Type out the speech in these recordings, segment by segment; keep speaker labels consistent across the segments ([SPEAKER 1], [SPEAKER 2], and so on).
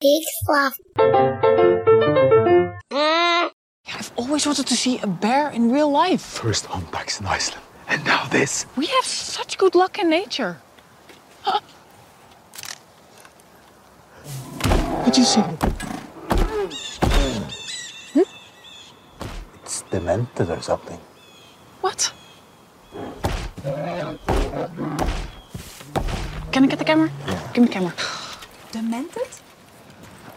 [SPEAKER 1] big sloth.
[SPEAKER 2] Mm.
[SPEAKER 3] I've always wanted to see a bear in real life.
[SPEAKER 4] First humpbacks in Iceland, and now this.
[SPEAKER 3] We have such good luck in nature. Huh? What'd you see?
[SPEAKER 4] It's demented or something.
[SPEAKER 3] What? Can I get the camera? Give me the camera.
[SPEAKER 2] Demented?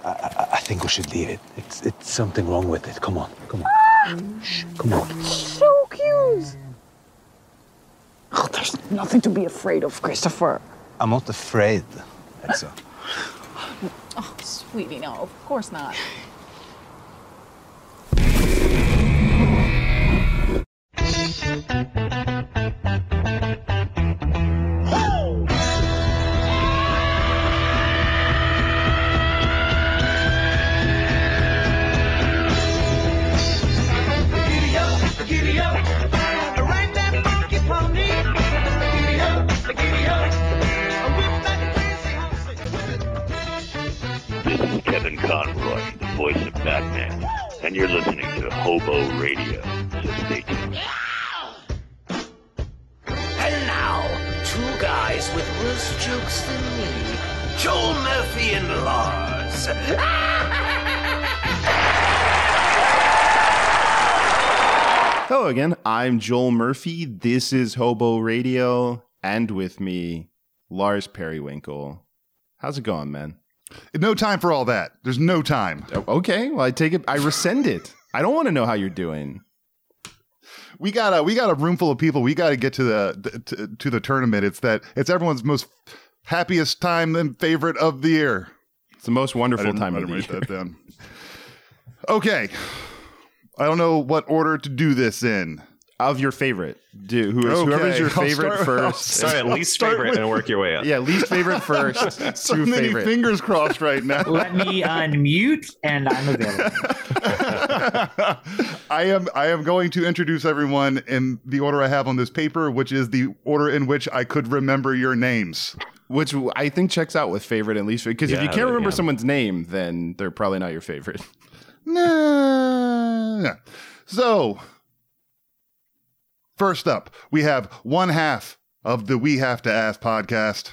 [SPEAKER 4] I, I think we should leave it. It's it's something wrong with it. Come on, come on. Shh, come on.
[SPEAKER 3] So cute. Oh, there's nothing to be afraid of, Christopher.
[SPEAKER 4] I'm not afraid. That's all.
[SPEAKER 2] Oh, sweetie, no, of course not.
[SPEAKER 5] This is Kevin Conroy, the voice of Batman, and you're listening to Hobo Radio. So stay tuned.
[SPEAKER 6] And now, two guys with worse jokes than me. Joel Murphy and Lars.
[SPEAKER 7] Hello again. I'm Joel Murphy. This is Hobo Radio, and with me, Lars Periwinkle. How's it going, man?
[SPEAKER 8] No time for all that. There's no time.
[SPEAKER 7] O- Okay, well, I take it. I rescind it. I don't want to know how you're doing.
[SPEAKER 8] We got a we got a room full of people. We got to get to the to, to the tournament. It's that it's everyone's most happiest time and favorite of the year.
[SPEAKER 7] It's the most
[SPEAKER 8] I
[SPEAKER 7] wonderful
[SPEAKER 8] didn't-
[SPEAKER 7] time
[SPEAKER 8] I
[SPEAKER 7] of the
[SPEAKER 8] didn't
[SPEAKER 7] year.
[SPEAKER 8] write that down. Okay, I don't know what order to do this in.
[SPEAKER 7] Of your favorite, do who is whoever's
[SPEAKER 8] Okay,
[SPEAKER 7] your
[SPEAKER 8] I'll
[SPEAKER 7] favorite
[SPEAKER 8] start- I'll
[SPEAKER 7] first.
[SPEAKER 8] start-
[SPEAKER 9] Start at
[SPEAKER 8] I'll
[SPEAKER 9] least
[SPEAKER 8] start
[SPEAKER 9] favorite
[SPEAKER 8] with-
[SPEAKER 9] and work your way up.
[SPEAKER 7] Yeah, least favorite first.
[SPEAKER 8] So
[SPEAKER 7] to
[SPEAKER 8] many
[SPEAKER 7] favorite.
[SPEAKER 8] fingers crossed right now.
[SPEAKER 10] Let me unmute and I'm available.
[SPEAKER 8] I am I am going to introduce everyone in the order I have on this paper, which is the order in which I could remember your names.
[SPEAKER 7] Which I think checks out with favorite and least favorite. Because if you
[SPEAKER 9] Yeah,
[SPEAKER 7] can't
[SPEAKER 9] that-
[SPEAKER 7] remember
[SPEAKER 9] yeah.
[SPEAKER 7] someone's name, then they're probably not your favorite.
[SPEAKER 8] Nah. So, first up, we have one half of the We Have to Ask podcast.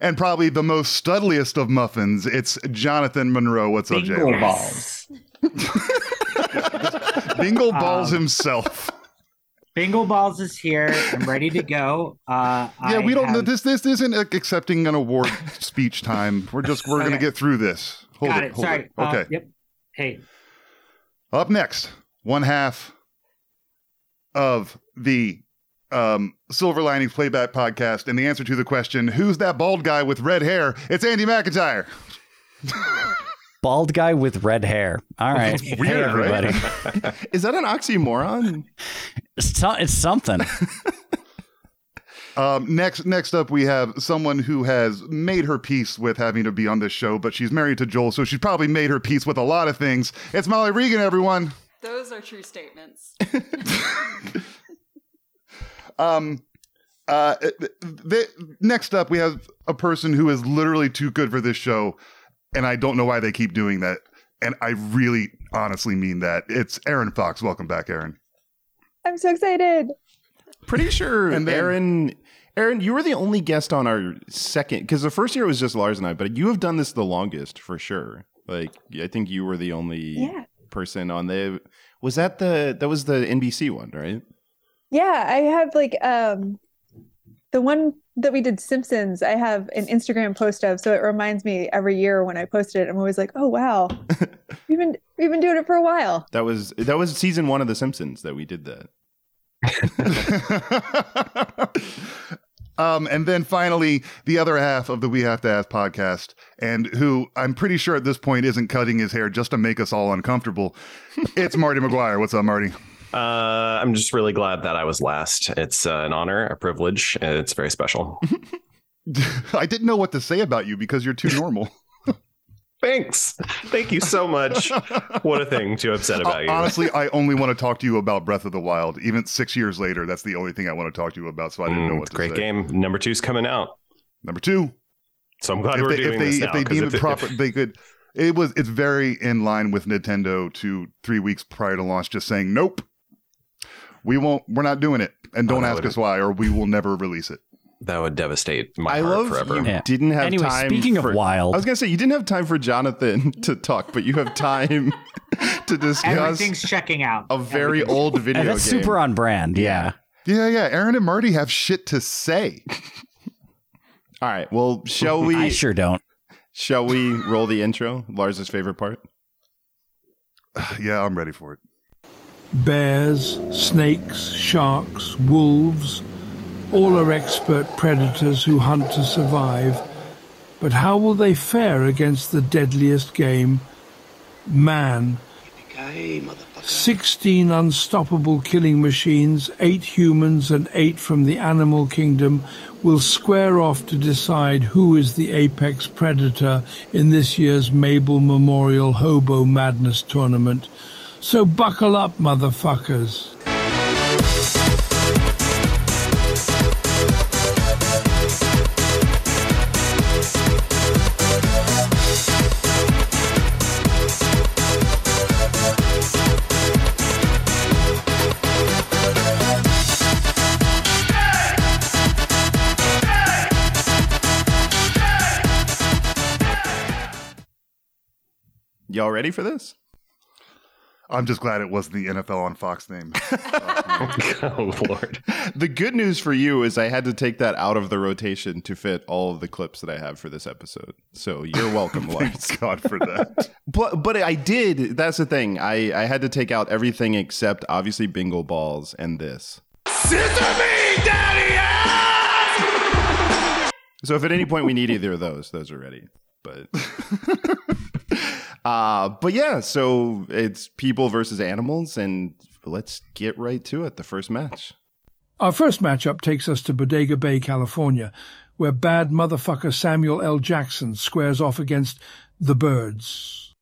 [SPEAKER 8] And probably the most studliest of muffins, it's Jonathan Monroe. What's up,
[SPEAKER 10] Bingo
[SPEAKER 8] Jay?
[SPEAKER 10] balls.
[SPEAKER 8] Bingle Balls
[SPEAKER 10] Um,
[SPEAKER 8] himself.
[SPEAKER 10] Bingo balls is here. I'm ready to go. Uh,
[SPEAKER 8] Yeah,
[SPEAKER 10] I
[SPEAKER 8] we don't.
[SPEAKER 10] have-
[SPEAKER 8] This this isn't like accepting an award speech time. We're just we're gonna
[SPEAKER 10] Okay.
[SPEAKER 8] get through this. Hold
[SPEAKER 10] Got
[SPEAKER 8] it.
[SPEAKER 10] it.
[SPEAKER 8] Hold
[SPEAKER 10] Sorry.
[SPEAKER 8] it.
[SPEAKER 10] Uh,
[SPEAKER 8] Okay.
[SPEAKER 10] yep. Hey,
[SPEAKER 8] Up next, one half of the um, Silver Linings Playback Podcast, and the answer to the question, "Who's that bald guy with red hair?" It's Andy McIntyre.
[SPEAKER 11] Bald guy with red hair. All right. Hey,
[SPEAKER 8] weird, right?
[SPEAKER 11] everybody.
[SPEAKER 7] Is that an oxymoron?
[SPEAKER 11] It's, so- it's something.
[SPEAKER 8] Um, next, next up, we have someone who has made her peace with having to be on this show, but she's married to Joel, so she's probably made her peace with a lot of things. It's Molly Regan, everyone.
[SPEAKER 2] Those are true statements.
[SPEAKER 8] Um, uh, th- next up, we have a person who is literally too good for this show, and I don't know why they keep doing that. And I really, honestly mean that. It's Aaron Fox. Welcome back, Aaron.
[SPEAKER 2] I'm so excited.
[SPEAKER 7] Pretty sure
[SPEAKER 8] And then-
[SPEAKER 7] Aaron Aaron, you were the only guest on our second because the first year it was just Lars and I, but you have done this the longest for sure. Like I think you were the only
[SPEAKER 2] Yeah.
[SPEAKER 7] person on the was that the that was the NBC one, right?
[SPEAKER 2] Yeah, I have like um the one that we did Simpsons, I have an Instagram post of, so it reminds me every year when I post it, I'm always like, Oh wow. we've been we've been doing it for a while.
[SPEAKER 7] That was that was season one of The Simpsons that we did that.
[SPEAKER 8] um, and then finally, the other half of the We Have to Ask podcast, and who I'm pretty sure at this point isn't cutting his hair just to make us all uncomfortable. It's Marty McGuire. What's up, Marty?
[SPEAKER 9] Uh, I'm just really glad that I was last. It's uh, an honor, a privilege, and it's very special.
[SPEAKER 8] I didn't know what to say about you because you're too normal.
[SPEAKER 9] Thanks. Thank you so much. what a thing to upset about you.
[SPEAKER 8] Uh, Honestly, I only want to talk to you about Breath of the Wild. Even six years later, that's the only thing I want to talk to you about. So I didn't know
[SPEAKER 9] Mm,
[SPEAKER 8] what to
[SPEAKER 9] great
[SPEAKER 8] say.
[SPEAKER 9] game. Number two's coming out.
[SPEAKER 8] Number two,
[SPEAKER 9] So I'm glad
[SPEAKER 8] if
[SPEAKER 9] we're
[SPEAKER 8] they,
[SPEAKER 9] doing
[SPEAKER 8] if they,
[SPEAKER 9] this
[SPEAKER 8] if
[SPEAKER 9] now,
[SPEAKER 8] they
[SPEAKER 9] 'cause
[SPEAKER 8] deem
[SPEAKER 9] if
[SPEAKER 8] it
[SPEAKER 9] if-
[SPEAKER 8] proper, they could. It was. It's very in line with Nintendo to three weeks prior to launch, just saying, "Nope, we won't. We're not doing it, and
[SPEAKER 9] Oh,
[SPEAKER 8] don't
[SPEAKER 9] that
[SPEAKER 8] ask
[SPEAKER 9] would've-
[SPEAKER 8] us why, or we will never release it."
[SPEAKER 9] that would devastate my
[SPEAKER 7] I
[SPEAKER 9] heart
[SPEAKER 7] love
[SPEAKER 9] forever.
[SPEAKER 7] you
[SPEAKER 11] Yeah.
[SPEAKER 7] didn't have
[SPEAKER 11] Anyway,
[SPEAKER 7] time.
[SPEAKER 11] speaking of
[SPEAKER 7] for-
[SPEAKER 11] wild-
[SPEAKER 7] I was gonna say you didn't have time for Jonathan to talk, but you have time to discuss
[SPEAKER 10] Everything's checking out.
[SPEAKER 7] a very
[SPEAKER 10] Everything's-
[SPEAKER 7] old video
[SPEAKER 11] And that's
[SPEAKER 7] game.
[SPEAKER 11] super on brand. Yeah.
[SPEAKER 8] Yeah, yeah. Aaron and Marty have shit to say.
[SPEAKER 7] All right. Well, shall we?
[SPEAKER 11] I sure don't.
[SPEAKER 7] Shall we roll the intro? Lars's favorite part.
[SPEAKER 8] yeah, I'm ready for it.
[SPEAKER 1] Bears, snakes, sharks, wolves, all are expert predators who hunt to survive. But how will they fare against the deadliest game, man? 16 unstoppable killing machines, 8 humans and 8 from the animal kingdom, will square off to decide who is the apex predator in this year's Mabel Memorial Hobo Madness tournament. So buckle up, motherfuckers.
[SPEAKER 7] Y'all ready for this?
[SPEAKER 8] I'm just glad it wasn't the NFL on Fox name.
[SPEAKER 9] oh lord.
[SPEAKER 7] The good news for you is I had to take that out of the rotation to fit all of the clips that I have for this episode. So you're welcome, Lars.
[SPEAKER 8] Thank God for that.
[SPEAKER 7] But but I did. That's the thing. I I had to take out everything except obviously bingo balls and this. So if at any point we need either of those, those are ready. But uh but yeah, so it's people versus animals and let's get right to it. The first match.
[SPEAKER 1] Our first matchup takes us to Bodega Bay, California, where bad motherfucker Samuel L. Jackson squares off against the birds.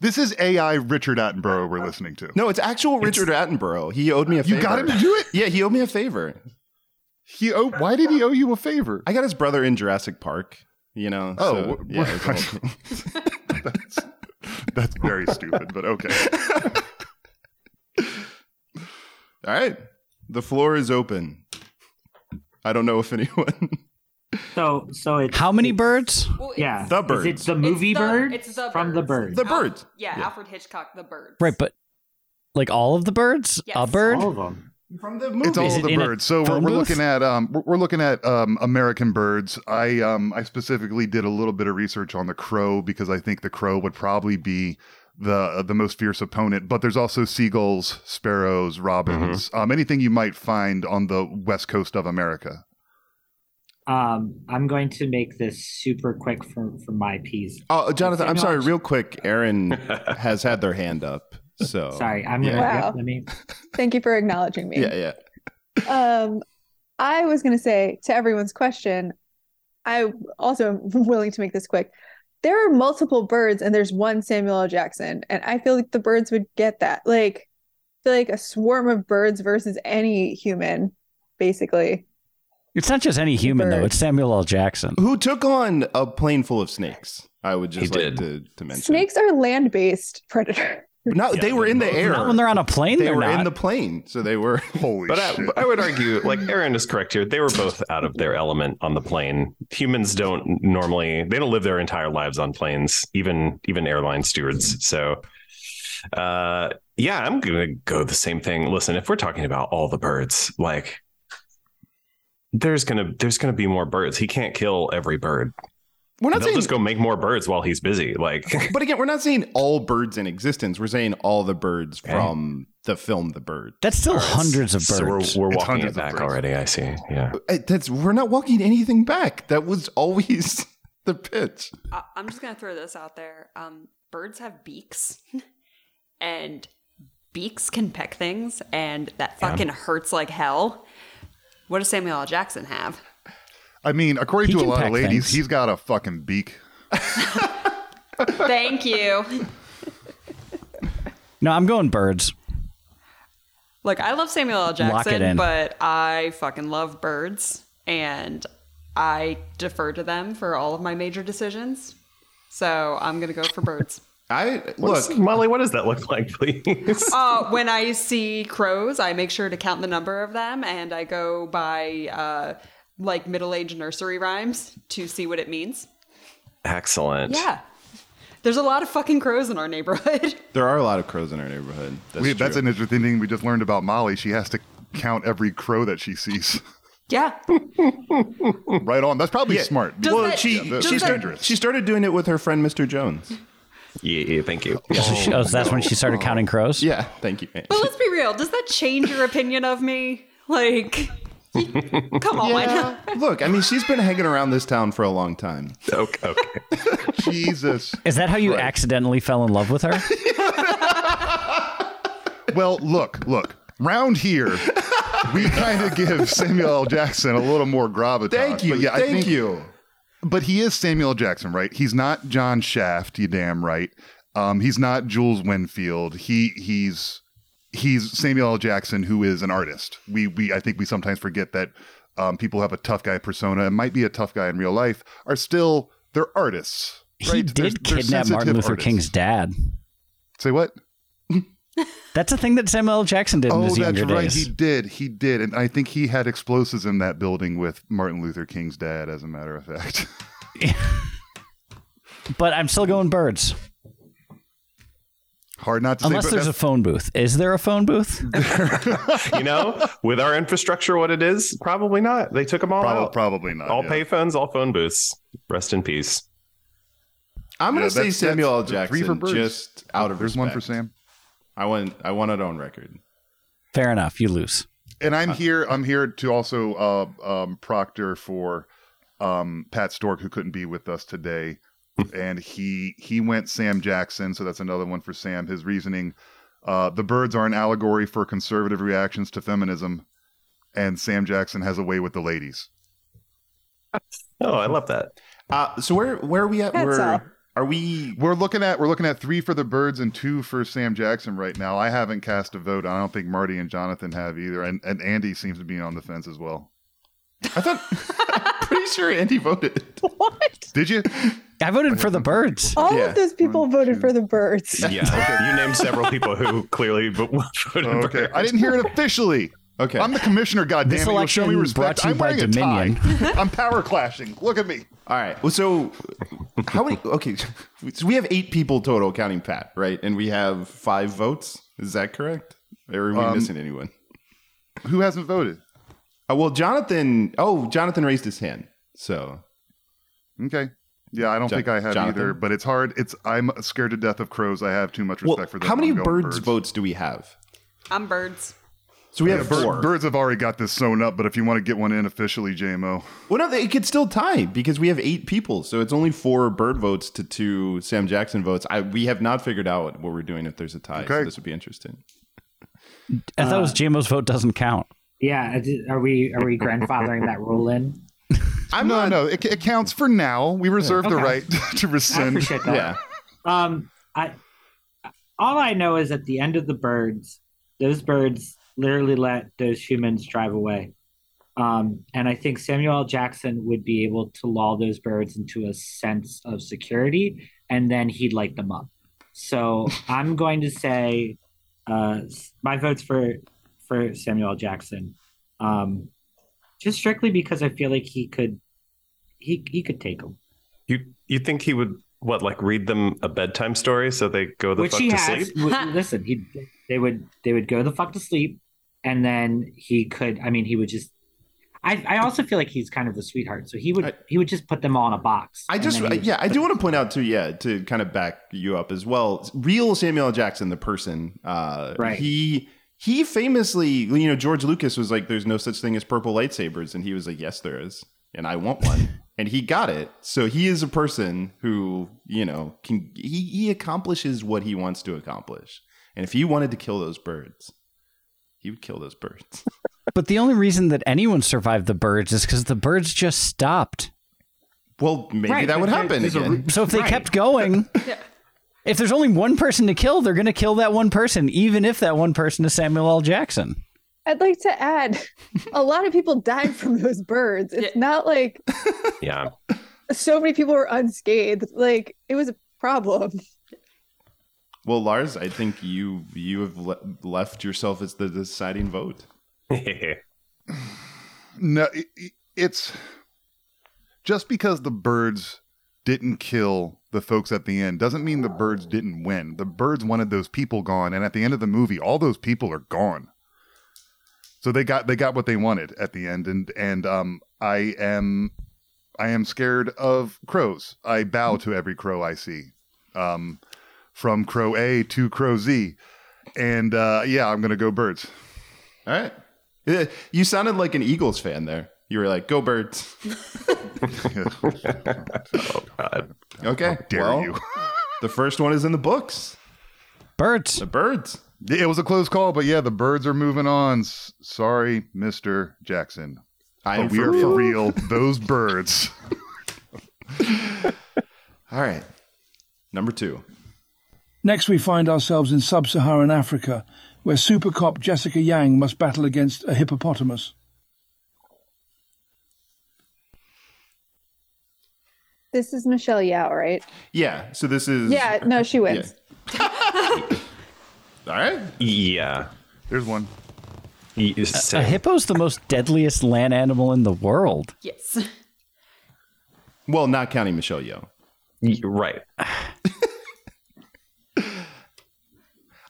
[SPEAKER 8] This is AI Richard Attenborough we're listening to.
[SPEAKER 7] No, it's actual Richard Attenborough. He owed me a favor.
[SPEAKER 8] You got him to do it.
[SPEAKER 7] Yeah, he owed me a favor.
[SPEAKER 8] He oh, why did he owe you a favor?
[SPEAKER 7] I got his brother in Jurassic Park, you know.
[SPEAKER 8] Oh,
[SPEAKER 7] so,
[SPEAKER 8] wh-
[SPEAKER 7] yeah, it's a whole-
[SPEAKER 8] that's, that's very stupid, but okay.
[SPEAKER 7] All right. The floor is open. I don't know if anyone.
[SPEAKER 10] So, so it's
[SPEAKER 11] How many birds?
[SPEAKER 12] Well, it's-
[SPEAKER 10] Yeah,
[SPEAKER 7] The
[SPEAKER 10] Is it
[SPEAKER 7] Birds.
[SPEAKER 10] the movie
[SPEAKER 12] it's the-
[SPEAKER 10] bird?
[SPEAKER 12] It's the
[SPEAKER 10] from the bird.
[SPEAKER 12] birds.
[SPEAKER 7] The
[SPEAKER 12] Al-
[SPEAKER 7] Birds.
[SPEAKER 12] yeah,
[SPEAKER 7] Yeah.
[SPEAKER 12] Alfred Hitchcock, the birds.
[SPEAKER 11] Right, but like all of the birds? A
[SPEAKER 12] Yes.
[SPEAKER 11] bird?
[SPEAKER 10] All of them.
[SPEAKER 7] From the
[SPEAKER 8] It's all
[SPEAKER 11] Is it
[SPEAKER 8] the
[SPEAKER 11] in a
[SPEAKER 8] birds. So we're,
[SPEAKER 11] phone
[SPEAKER 8] we're
[SPEAKER 11] booth?
[SPEAKER 8] looking at um we're, we're looking at um American birds. I um I specifically did a little bit of research on the crow because I think the crow would probably be the the most fierce opponent. But there's also seagulls, sparrows, robins,
[SPEAKER 11] Mm-hmm.
[SPEAKER 8] um anything you might find on the west coast of America.
[SPEAKER 10] Um, I'm going to make this super quick for for my piece.
[SPEAKER 8] Uh,
[SPEAKER 7] Oh, Jonathan, I'm
[SPEAKER 10] No,
[SPEAKER 7] sorry.
[SPEAKER 10] I'm-
[SPEAKER 7] Real quick, Aaron has had their hand up. So
[SPEAKER 10] Sorry, I'm gonna.
[SPEAKER 7] Yeah.
[SPEAKER 2] Wow.
[SPEAKER 10] Yep, let me.
[SPEAKER 2] Thank you for acknowledging me.
[SPEAKER 7] Yeah, yeah.
[SPEAKER 2] Um, I was going to say to everyone's question, I also am willing to make this quick. There are multiple birds, and there's one Samuel L. Jackson, and I feel like the birds would get that. Like, I feel like a swarm of birds versus any human, basically.
[SPEAKER 11] It's not just any human, though.
[SPEAKER 2] bird.
[SPEAKER 11] It's Samuel L. Jackson.
[SPEAKER 7] Who took on a plane full of snakes? I would just
[SPEAKER 9] He
[SPEAKER 7] like
[SPEAKER 9] did.
[SPEAKER 7] to, to mention.
[SPEAKER 2] Snakes are land-based predator.
[SPEAKER 7] No,
[SPEAKER 9] Yeah,
[SPEAKER 7] they were in the
[SPEAKER 9] not
[SPEAKER 7] air.
[SPEAKER 11] Not when they're on a plane,
[SPEAKER 7] They
[SPEAKER 11] are
[SPEAKER 7] were
[SPEAKER 11] not.
[SPEAKER 7] in the plane, so they were. uh,
[SPEAKER 8] Holy
[SPEAKER 9] But I,
[SPEAKER 8] shit.
[SPEAKER 9] but I would argue, like Aaron is correct here. They were both out of their element on the plane. Humans don't normally; they don't live their entire lives on planes, even even airline stewards. So, uh, yeah, I'm gonna go the same thing. Listen, if we're talking about all the birds, like there's gonna there's gonna be more birds. He can't kill every bird.
[SPEAKER 7] We're not
[SPEAKER 9] They'll
[SPEAKER 7] saying,
[SPEAKER 9] just go make more birds while he's busy. Like,
[SPEAKER 7] but again, we're not saying all birds in existence. We're saying all the birds from the film The Bird.
[SPEAKER 11] That's still hundreds of
[SPEAKER 9] so we're,
[SPEAKER 11] birds.
[SPEAKER 9] we're
[SPEAKER 8] It's
[SPEAKER 9] walking
[SPEAKER 8] hundreds
[SPEAKER 9] it
[SPEAKER 8] of
[SPEAKER 9] back
[SPEAKER 8] birds.
[SPEAKER 9] already. I see. Yeah.
[SPEAKER 7] Uh, That's we're not walking anything back. That was always the pitch.
[SPEAKER 12] I- I'm just gonna throw this out there. Um, birds have beaks, and beaks can peck things, and that fucking hurts like hell. What does Samuel L. Jackson have?
[SPEAKER 8] I mean, according
[SPEAKER 11] He
[SPEAKER 8] to a
[SPEAKER 11] can
[SPEAKER 8] lot of
[SPEAKER 11] pack
[SPEAKER 8] ladies,
[SPEAKER 11] things.
[SPEAKER 8] he's got a fucking beak.
[SPEAKER 12] Thank you.
[SPEAKER 11] no, I'm going birds.
[SPEAKER 12] Look, I love Samuel L.
[SPEAKER 11] it in.
[SPEAKER 12] Jackson, but I fucking love birds, and I defer to them for all of my major decisions. So I'm going to go for birds.
[SPEAKER 7] I
[SPEAKER 9] look, Molly. What does that look like, please?
[SPEAKER 12] uh, when I see crows, I make sure to count the number of them and I go by uh, like middle aged nursery rhymes to see what it means.
[SPEAKER 9] Excellent.
[SPEAKER 12] Yeah. There's a lot of fucking crows in our neighborhood.
[SPEAKER 7] There are a lot of crows in our neighborhood. That's,
[SPEAKER 8] we, that's an interesting thing we just learned about Molly. She has to count every crow that she sees.
[SPEAKER 12] Yeah.
[SPEAKER 8] right on. That's probably
[SPEAKER 7] Yeah.
[SPEAKER 8] smart.
[SPEAKER 12] Does
[SPEAKER 7] well,
[SPEAKER 12] that-
[SPEAKER 7] she
[SPEAKER 12] does
[SPEAKER 7] she,
[SPEAKER 12] that-
[SPEAKER 7] started, she started doing it with her friend Mr. Jones.
[SPEAKER 9] Yeah, thank you.
[SPEAKER 11] Oh, so that's when she started counting crows.
[SPEAKER 7] Yeah, thank you.
[SPEAKER 12] But let's be real. Does that change your opinion of me? Like, come on.
[SPEAKER 7] Yeah. Look, I mean, she's been hanging around this town for a long time.
[SPEAKER 9] Okay. okay.
[SPEAKER 8] Jesus.
[SPEAKER 11] Is that how you accidentally fell in love with her?
[SPEAKER 8] Well, look, look. Round here, we kind of give Samuel L. Jackson a little more gravitas.
[SPEAKER 7] Thank you,
[SPEAKER 8] But yeah, I
[SPEAKER 7] thank
[SPEAKER 8] think-
[SPEAKER 7] you.
[SPEAKER 8] But he is Samuel L. Jackson, right? He's not John Shaft. You damn right. Um, he's not Jules Winfield. He he's he's Samuel L. Jackson, who is an artist. We we I think we sometimes forget that um, people have a tough guy persona and might be a tough guy in real life are still they're artists.
[SPEAKER 11] He
[SPEAKER 8] right?
[SPEAKER 11] did
[SPEAKER 8] They're- they're
[SPEAKER 11] kidnap Martin
[SPEAKER 8] sensitive
[SPEAKER 11] Luther
[SPEAKER 8] artists.
[SPEAKER 11] King's dad.
[SPEAKER 8] Say what?
[SPEAKER 11] That's a thing that Samuel L. Jackson did in
[SPEAKER 8] Oh,
[SPEAKER 11] his
[SPEAKER 8] that's
[SPEAKER 11] younger
[SPEAKER 8] right.
[SPEAKER 11] days.
[SPEAKER 8] He did. He did. And I think he had explosives in that building with Martin Luther King's dad, as a matter of fact.
[SPEAKER 11] But I'm still going birds.
[SPEAKER 8] Hard not to
[SPEAKER 11] Unless
[SPEAKER 8] say. but
[SPEAKER 11] there's a
[SPEAKER 8] that's-
[SPEAKER 11] phone booth. Is there a phone booth?
[SPEAKER 9] you know, with our infrastructure, what it is, probably not. They took them all
[SPEAKER 8] Prob-
[SPEAKER 9] out.
[SPEAKER 8] probably not.
[SPEAKER 9] all
[SPEAKER 8] yeah.
[SPEAKER 9] payphones, all phone booths. Rest in peace.
[SPEAKER 7] I'm gonna
[SPEAKER 8] Yeah,
[SPEAKER 7] say
[SPEAKER 8] that's-
[SPEAKER 7] Samuel L.
[SPEAKER 8] that's three for
[SPEAKER 7] Jackson
[SPEAKER 8] birds.
[SPEAKER 7] just out of
[SPEAKER 8] There's one for
[SPEAKER 7] respect.
[SPEAKER 8] Sam.
[SPEAKER 7] I want I want it on record. Uh,
[SPEAKER 11] Fair enough. You lose.
[SPEAKER 8] And I'm here. I'm here to also uh, um, proctor for um, Pat Stork, who couldn't be with us today, and he he went Sam Jackson. So that's another one for Sam. His reasoning: uh, the birds are an allegory for conservative reactions to feminism, and Sam Jackson has a way with the ladies.
[SPEAKER 9] Oh, I love that.
[SPEAKER 7] Uh, so where where are we at?
[SPEAKER 2] That's
[SPEAKER 7] We're,
[SPEAKER 2] all.
[SPEAKER 7] Are we?
[SPEAKER 8] We're looking at we're looking at three for the birds and two for Sam Jackson right now. I haven't cast a vote. I don't think Marty and Jonathan have either, and, and Andy seems to be on the fence as well.
[SPEAKER 7] I thought. I'm pretty sure Andy voted.
[SPEAKER 2] What?
[SPEAKER 8] Did you?
[SPEAKER 11] I voted for the birds.
[SPEAKER 2] All
[SPEAKER 7] Yeah.
[SPEAKER 2] of those people voted for the birds.
[SPEAKER 9] Yeah, you named several people who clearly vo- voted.
[SPEAKER 8] Oh, okay, I didn't hear it officially.
[SPEAKER 7] Okay.
[SPEAKER 8] I'm the commissioner. God
[SPEAKER 11] This
[SPEAKER 8] damn it! You'll show me
[SPEAKER 11] election
[SPEAKER 8] respect.
[SPEAKER 11] brought to you
[SPEAKER 8] I'm
[SPEAKER 11] by
[SPEAKER 8] wearing a
[SPEAKER 11] Dominion.
[SPEAKER 8] tie. I'm power clashing. Look at me.
[SPEAKER 7] All right. Well, so how many? Okay, so we have eight people total, counting Pat, right? And we have five votes. Is that correct? Or are we
[SPEAKER 8] Um,
[SPEAKER 7] missing anyone?
[SPEAKER 8] Who hasn't voted?
[SPEAKER 7] Uh, well, Jonathan. Oh, Jonathan raised his hand. So
[SPEAKER 8] Okay. Yeah, I don't
[SPEAKER 7] Jo-
[SPEAKER 8] think I have
[SPEAKER 7] Jonathan?
[SPEAKER 8] either. But it's hard. It's I'm scared to death of crows. I have too much respect
[SPEAKER 7] well,
[SPEAKER 8] for them.
[SPEAKER 7] how
[SPEAKER 8] I'm
[SPEAKER 7] many
[SPEAKER 8] going
[SPEAKER 7] birds, votes do we have?
[SPEAKER 12] I'm birds.
[SPEAKER 7] So we
[SPEAKER 8] Yeah,
[SPEAKER 7] have
[SPEAKER 8] bird-
[SPEAKER 7] four.
[SPEAKER 8] birds have already got this sewn up. But if you want to get one in officially, JMO.
[SPEAKER 7] Well, no, it could still tie because we have eight people, so it's only four bird votes to two Sam Jackson votes. I, we have not figured out what, we're doing if there's a tie. So
[SPEAKER 8] Okay.
[SPEAKER 7] this would be interesting.
[SPEAKER 11] I thought it was
[SPEAKER 7] Uh,
[SPEAKER 11] JMO's vote doesn't count.
[SPEAKER 10] Yeah, I did- are we are we grandfathering that rule in?
[SPEAKER 8] I'm no, no. It, it counts for now. We reserve the
[SPEAKER 10] Okay.
[SPEAKER 8] right to
[SPEAKER 10] I
[SPEAKER 8] rescind.
[SPEAKER 10] appreciate that.
[SPEAKER 7] Yeah,
[SPEAKER 10] Um, I all I know is at the end of the birds, those birds literally let those humans drive away. Um, and I think Samuel L. Jackson would be able to lull those birds into a sense of security, and then he'd light them up. So I'm going to say, uh, s- my vote's for for Samuel L. Jackson, um, just strictly because I feel like he could he he could take them.
[SPEAKER 9] You you think he would what like read them a bedtime story so they go the
[SPEAKER 10] which
[SPEAKER 9] fuck
[SPEAKER 10] he
[SPEAKER 9] to
[SPEAKER 10] has.
[SPEAKER 9] sleep?
[SPEAKER 10] W- Listen, he they would they would go the fuck to sleep, and then he could. I mean, he would just. I, I also feel like he's kind of a sweetheart, so he would
[SPEAKER 7] I-
[SPEAKER 10] he would just put them all in a box.
[SPEAKER 7] I
[SPEAKER 10] and
[SPEAKER 7] just
[SPEAKER 10] then he would
[SPEAKER 7] yeah, I
[SPEAKER 10] put-
[SPEAKER 7] do want to point out too, yeah, to kind of back you up as well. Real Samuel L. Jackson, the person, uh,
[SPEAKER 10] Right.
[SPEAKER 7] He he famously, you know, George Lucas was like, "There's no such thing as purple lightsabers," and he was like, "Yes, there is, and I want one." and he got it. So he is a person who you know can he he accomplishes what he wants to accomplish. And if he wanted to kill those birds, he would kill those birds.
[SPEAKER 11] But the only reason that anyone survived the birds is because the birds just stopped.
[SPEAKER 7] well, maybe
[SPEAKER 10] Right,
[SPEAKER 7] that would
[SPEAKER 10] but there-
[SPEAKER 7] happen
[SPEAKER 10] there's a
[SPEAKER 7] again.
[SPEAKER 11] So if they
[SPEAKER 10] Right.
[SPEAKER 11] kept going, if there's only one person to kill, they're going to kill that one person, even if that one person is Samuel L. Jackson.
[SPEAKER 2] I'd like to add a lot of people died from those birds. It's not like
[SPEAKER 9] Yeah.
[SPEAKER 2] so many people were unscathed. Like it was a problem.
[SPEAKER 7] Well, Lars, I think you you have le- left yourself as the deciding vote.
[SPEAKER 8] No, i- i- it's just because the birds didn't kill the folks at the end doesn't mean the birds didn't win. The birds wanted those people gone, and at the end of the movie, all those people are gone. So they got they got what they wanted at the end, and and um, I am I am scared of crows. I bow to every crow I see, um, from crow A to crow Z, and uh, yeah, I'm gonna go birds.
[SPEAKER 7] All right. Eh, You sounded like an Eagles fan there. You were like, "Go Birds." Okay.
[SPEAKER 8] Oh, dare
[SPEAKER 7] well,
[SPEAKER 8] you.
[SPEAKER 7] the first one is in the books.
[SPEAKER 11] Birds.
[SPEAKER 7] The birds.
[SPEAKER 8] It was a close call, but yeah, the birds are moving on. S- Sorry, Mister Jackson.
[SPEAKER 7] I'm
[SPEAKER 8] but we
[SPEAKER 7] for
[SPEAKER 8] are for
[SPEAKER 7] real.
[SPEAKER 8] real. Those birds.
[SPEAKER 7] All right. Number two.
[SPEAKER 1] Next, we find ourselves in sub Saharan Africa, where super cop Jessica Yang must battle against a hippopotamus.
[SPEAKER 2] This is Michelle Yao, right?
[SPEAKER 7] Yeah. So this is.
[SPEAKER 2] Yeah, no, she wins.
[SPEAKER 7] All right.
[SPEAKER 9] Yeah.
[SPEAKER 8] There's one. Uh,
[SPEAKER 11] A hippo's the most deadliest land animal in the world.
[SPEAKER 12] Yes.
[SPEAKER 7] Well, not counting Michelle Yeoh.
[SPEAKER 9] Right.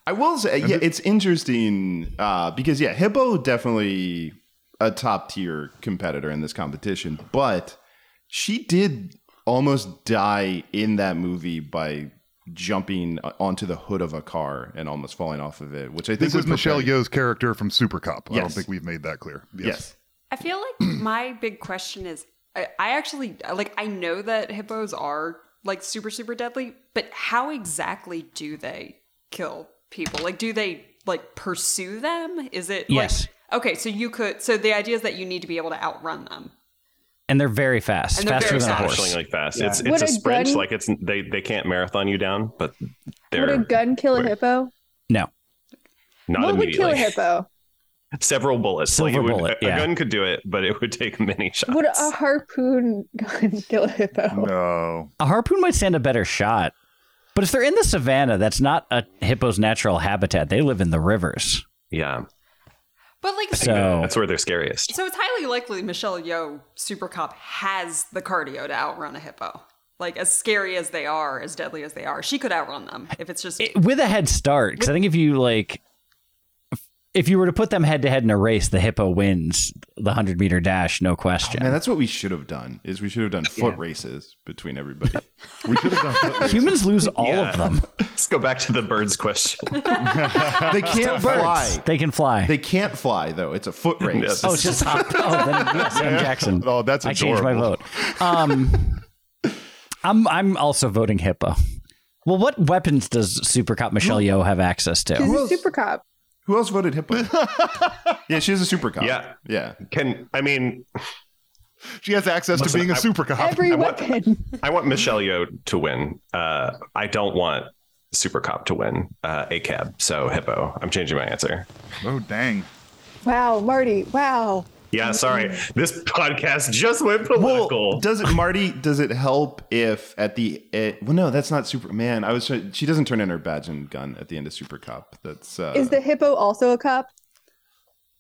[SPEAKER 7] I will say, yeah, it's interesting uh, because yeah, Hippo definitely a top tier competitor in this competition, but she did almost die in that movie by jumping uh, onto the hood of a car and almost falling off of it, which I think
[SPEAKER 8] this
[SPEAKER 7] was
[SPEAKER 8] is Michelle
[SPEAKER 7] prepared-
[SPEAKER 8] Yeoh's character from Super Cop. I don't
[SPEAKER 7] Yes.
[SPEAKER 8] think we've made that clear.
[SPEAKER 7] Yes.
[SPEAKER 12] I feel like my big question is I, I actually like I know that hippos are like super super deadly, but how exactly do they kill people? Like do they like pursue them? Is it
[SPEAKER 11] Yes.
[SPEAKER 12] like Okay, so you could so the idea is that you need to be able to outrun them.
[SPEAKER 11] And they're very fast,
[SPEAKER 12] And they're
[SPEAKER 11] faster
[SPEAKER 12] very
[SPEAKER 11] than a
[SPEAKER 12] fast.
[SPEAKER 11] horse.
[SPEAKER 9] Like fast. It's
[SPEAKER 2] Would
[SPEAKER 9] it's
[SPEAKER 2] a
[SPEAKER 9] a sprint.
[SPEAKER 2] gun-
[SPEAKER 9] Like it's they they can't marathon you down, but
[SPEAKER 2] Would a
[SPEAKER 9] they're
[SPEAKER 2] gun kill a hippo?
[SPEAKER 11] no,
[SPEAKER 9] not
[SPEAKER 2] what would kill
[SPEAKER 9] immediately.
[SPEAKER 2] a hippo?
[SPEAKER 9] Several bullets. like it
[SPEAKER 11] Silver
[SPEAKER 9] would,
[SPEAKER 11] bullet,
[SPEAKER 9] a,
[SPEAKER 11] yeah.
[SPEAKER 9] gun could do it, but it would take many shots.
[SPEAKER 2] Would a harpoon gun kill a hippo?
[SPEAKER 8] No.
[SPEAKER 11] A harpoon might stand a better shot. But if they're in the savannah, that's not a hippo's natural habitat. They live in the rivers.
[SPEAKER 9] Yeah.
[SPEAKER 12] But like
[SPEAKER 11] So
[SPEAKER 9] That's where they're scariest.
[SPEAKER 12] So it's highly likely Michelle Yeoh, super cop, has the cardio to outrun a hippo. Like as scary as they are, as deadly as they are, she could outrun them if it's just
[SPEAKER 11] with a head start, because I think if you like, if you were to put them head to head in a race, the hippo wins the hundred meter dash, no question.
[SPEAKER 7] Man, that's what we should have done. Is we should have done foot races between everybody. we should have done foot races.
[SPEAKER 11] Humans lose all of them.
[SPEAKER 9] Let's go back to the birds question.
[SPEAKER 7] They can't fly.
[SPEAKER 11] They can fly.
[SPEAKER 7] They can't fly though. It's a foot race.
[SPEAKER 11] Oh, it's just hop. Oh, then yeah, Sam Jackson.
[SPEAKER 8] Oh, that's
[SPEAKER 11] I changed my
[SPEAKER 8] adorable.
[SPEAKER 11] vote. Um, I'm I'm also voting hippo. Well, what weapons does Super Cop Michelle Yeoh have access
[SPEAKER 2] She's
[SPEAKER 11] to?
[SPEAKER 2] a super cop.
[SPEAKER 7] Who else voted hippo? yeah, she's a super cop.
[SPEAKER 9] Yeah.
[SPEAKER 7] Yeah.
[SPEAKER 9] Can I mean
[SPEAKER 8] She has access
[SPEAKER 9] Listen,
[SPEAKER 8] to being a
[SPEAKER 9] I-
[SPEAKER 8] super cop.
[SPEAKER 2] Every
[SPEAKER 9] I want-
[SPEAKER 2] weapon.
[SPEAKER 9] I want Michelle Yeoh to win. Uh, I don't want Super Cop to win. Uh, a cab. So hippo. I'm changing my answer.
[SPEAKER 8] oh dang.
[SPEAKER 2] Wow, Marty. Wow.
[SPEAKER 9] Yeah, sorry.
[SPEAKER 2] Mm-hmm.
[SPEAKER 9] This podcast just went political.
[SPEAKER 7] Does it, Marty? Does it help if at the eh, well? No, that's not super. Man, I was. trying- She doesn't turn in her badge and gun at the end of Super Cop. That's uh,
[SPEAKER 2] Is the hippo also a cop?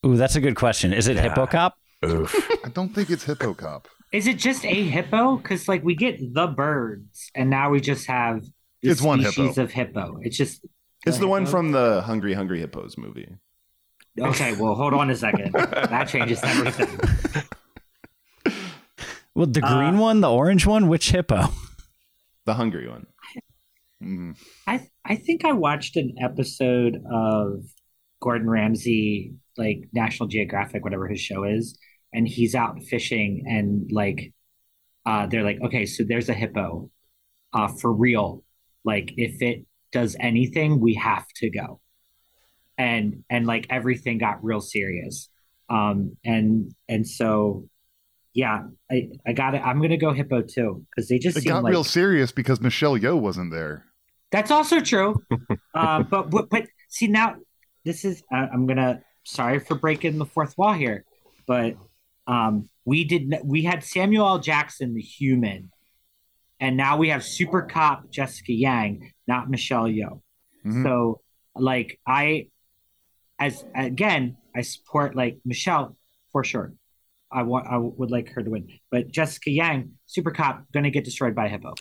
[SPEAKER 11] Ooh, that's a good question. Is it Hippo Cop?
[SPEAKER 8] I don't think it's hippo cop.
[SPEAKER 10] Is it just a hippo? Because like we get the birds, and now we just have the
[SPEAKER 8] It's one hippo.
[SPEAKER 10] species of hippo. It's just
[SPEAKER 7] it's the one from the Hungry Hungry Hippos movie.
[SPEAKER 10] okay. Well, hold on a second. that changes everything.
[SPEAKER 11] Well, the
[SPEAKER 2] Uh,
[SPEAKER 11] green one, the orange one, which hippo?
[SPEAKER 7] The hungry one. Mm.
[SPEAKER 10] I I think I watched an episode of Gordon Ramsay, like National Geographic, whatever his show is, and he's out fishing, and like, uh, they're like, okay, so there's a hippo, uh, for real. Like, if it does anything, we have to go, and and like everything got real serious, um, and and so, yeah, I I got it. I'm gonna go hippo too because they just
[SPEAKER 8] It
[SPEAKER 10] seem
[SPEAKER 8] got
[SPEAKER 10] like
[SPEAKER 8] real serious because Michelle Yeoh wasn't there.
[SPEAKER 10] that's also true. uh, but, but but see now, this is I I'm gonna sorry for breaking the fourth wall here, but um, we did n- we had Samuel L. Jackson, the human, and now we have super cop Jessica Yang, not Michelle Yeoh. So like I, as again, I support like Michelle for sure. I want I would like her to win, but Jessica Yang, super cop, gonna get destroyed by a hippo.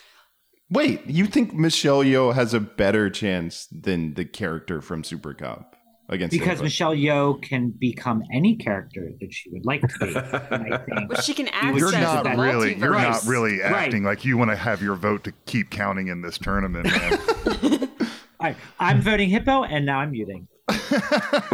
[SPEAKER 7] Wait, you think Michelle Yeoh has a better chance than the character from Super Cop against
[SPEAKER 10] because
[SPEAKER 7] Hippo?
[SPEAKER 10] Michelle Yeoh can become any character that she would like to be. and I think
[SPEAKER 12] Well, she can
[SPEAKER 10] act
[SPEAKER 8] You're
[SPEAKER 10] as
[SPEAKER 8] not
[SPEAKER 10] that
[SPEAKER 8] really, you're not
[SPEAKER 10] multiverse.
[SPEAKER 8] really
[SPEAKER 10] Right.
[SPEAKER 8] acting like you want to have your vote to keep counting in this tournament, man.
[SPEAKER 10] I, I'm voting hippo, and now I'm muting.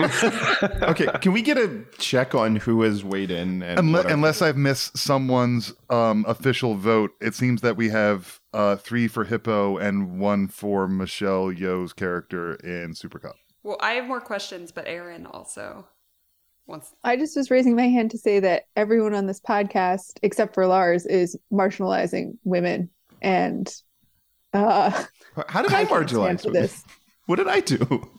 [SPEAKER 7] okay, can we get a check on who has weighed in? And
[SPEAKER 8] unless,
[SPEAKER 7] what our-
[SPEAKER 8] unless I've missed someone's um, official vote, it seems that we have uh, three for Hippo and one for Michelle Yeoh's character in Super Cup.
[SPEAKER 12] Well, I have more questions, but Aaron also wants.
[SPEAKER 2] I just was raising my hand to say that everyone on this podcast, except for Lars, is marginalizing women. And uh,
[SPEAKER 7] how did I,
[SPEAKER 2] can't stand
[SPEAKER 7] marginalize
[SPEAKER 2] for
[SPEAKER 7] women?
[SPEAKER 2] this?
[SPEAKER 7] What did I do?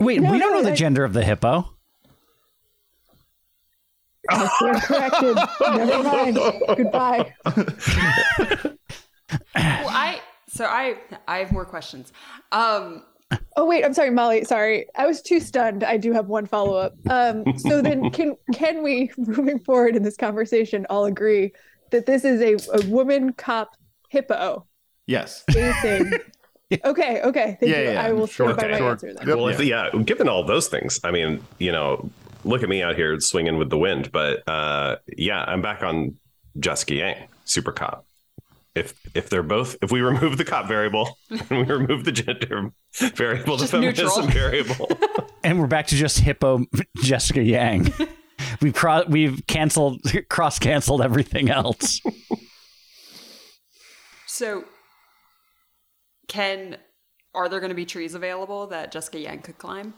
[SPEAKER 11] Wait,
[SPEAKER 2] No,
[SPEAKER 11] we don't
[SPEAKER 2] no,
[SPEAKER 11] know the
[SPEAKER 2] I-
[SPEAKER 11] gender of the hippo.
[SPEAKER 2] I stand corrected. Never mind. Goodbye.
[SPEAKER 12] Well, I so I I have more questions. Um,
[SPEAKER 2] Oh wait, I'm sorry, Molly. Sorry, I was too stunned. I do have one follow up. Um, so then, can can we, moving forward in this conversation, all agree that this is a, a woman cop hippo
[SPEAKER 7] Yes.
[SPEAKER 2] dancing? okay, okay, thank
[SPEAKER 9] Yeah,
[SPEAKER 2] you.
[SPEAKER 9] yeah,
[SPEAKER 2] I will
[SPEAKER 9] sure,
[SPEAKER 2] stand by my
[SPEAKER 9] okay.
[SPEAKER 2] answer then.
[SPEAKER 9] Well, if- yeah. Given all those things, I mean, you know, look at me out here swinging with the wind. But uh, yeah, I'm back on Jessica Yang, super cop. If if they're both, if we remove the cop variable and we remove the gender variable, the
[SPEAKER 11] Just neutral.
[SPEAKER 9] feminism variable,
[SPEAKER 11] And we're back to just hippo Jessica Yang. we've cro- we've canceled cross canceled everything else.
[SPEAKER 12] so can are there going to be trees available that Jessica Yang could climb?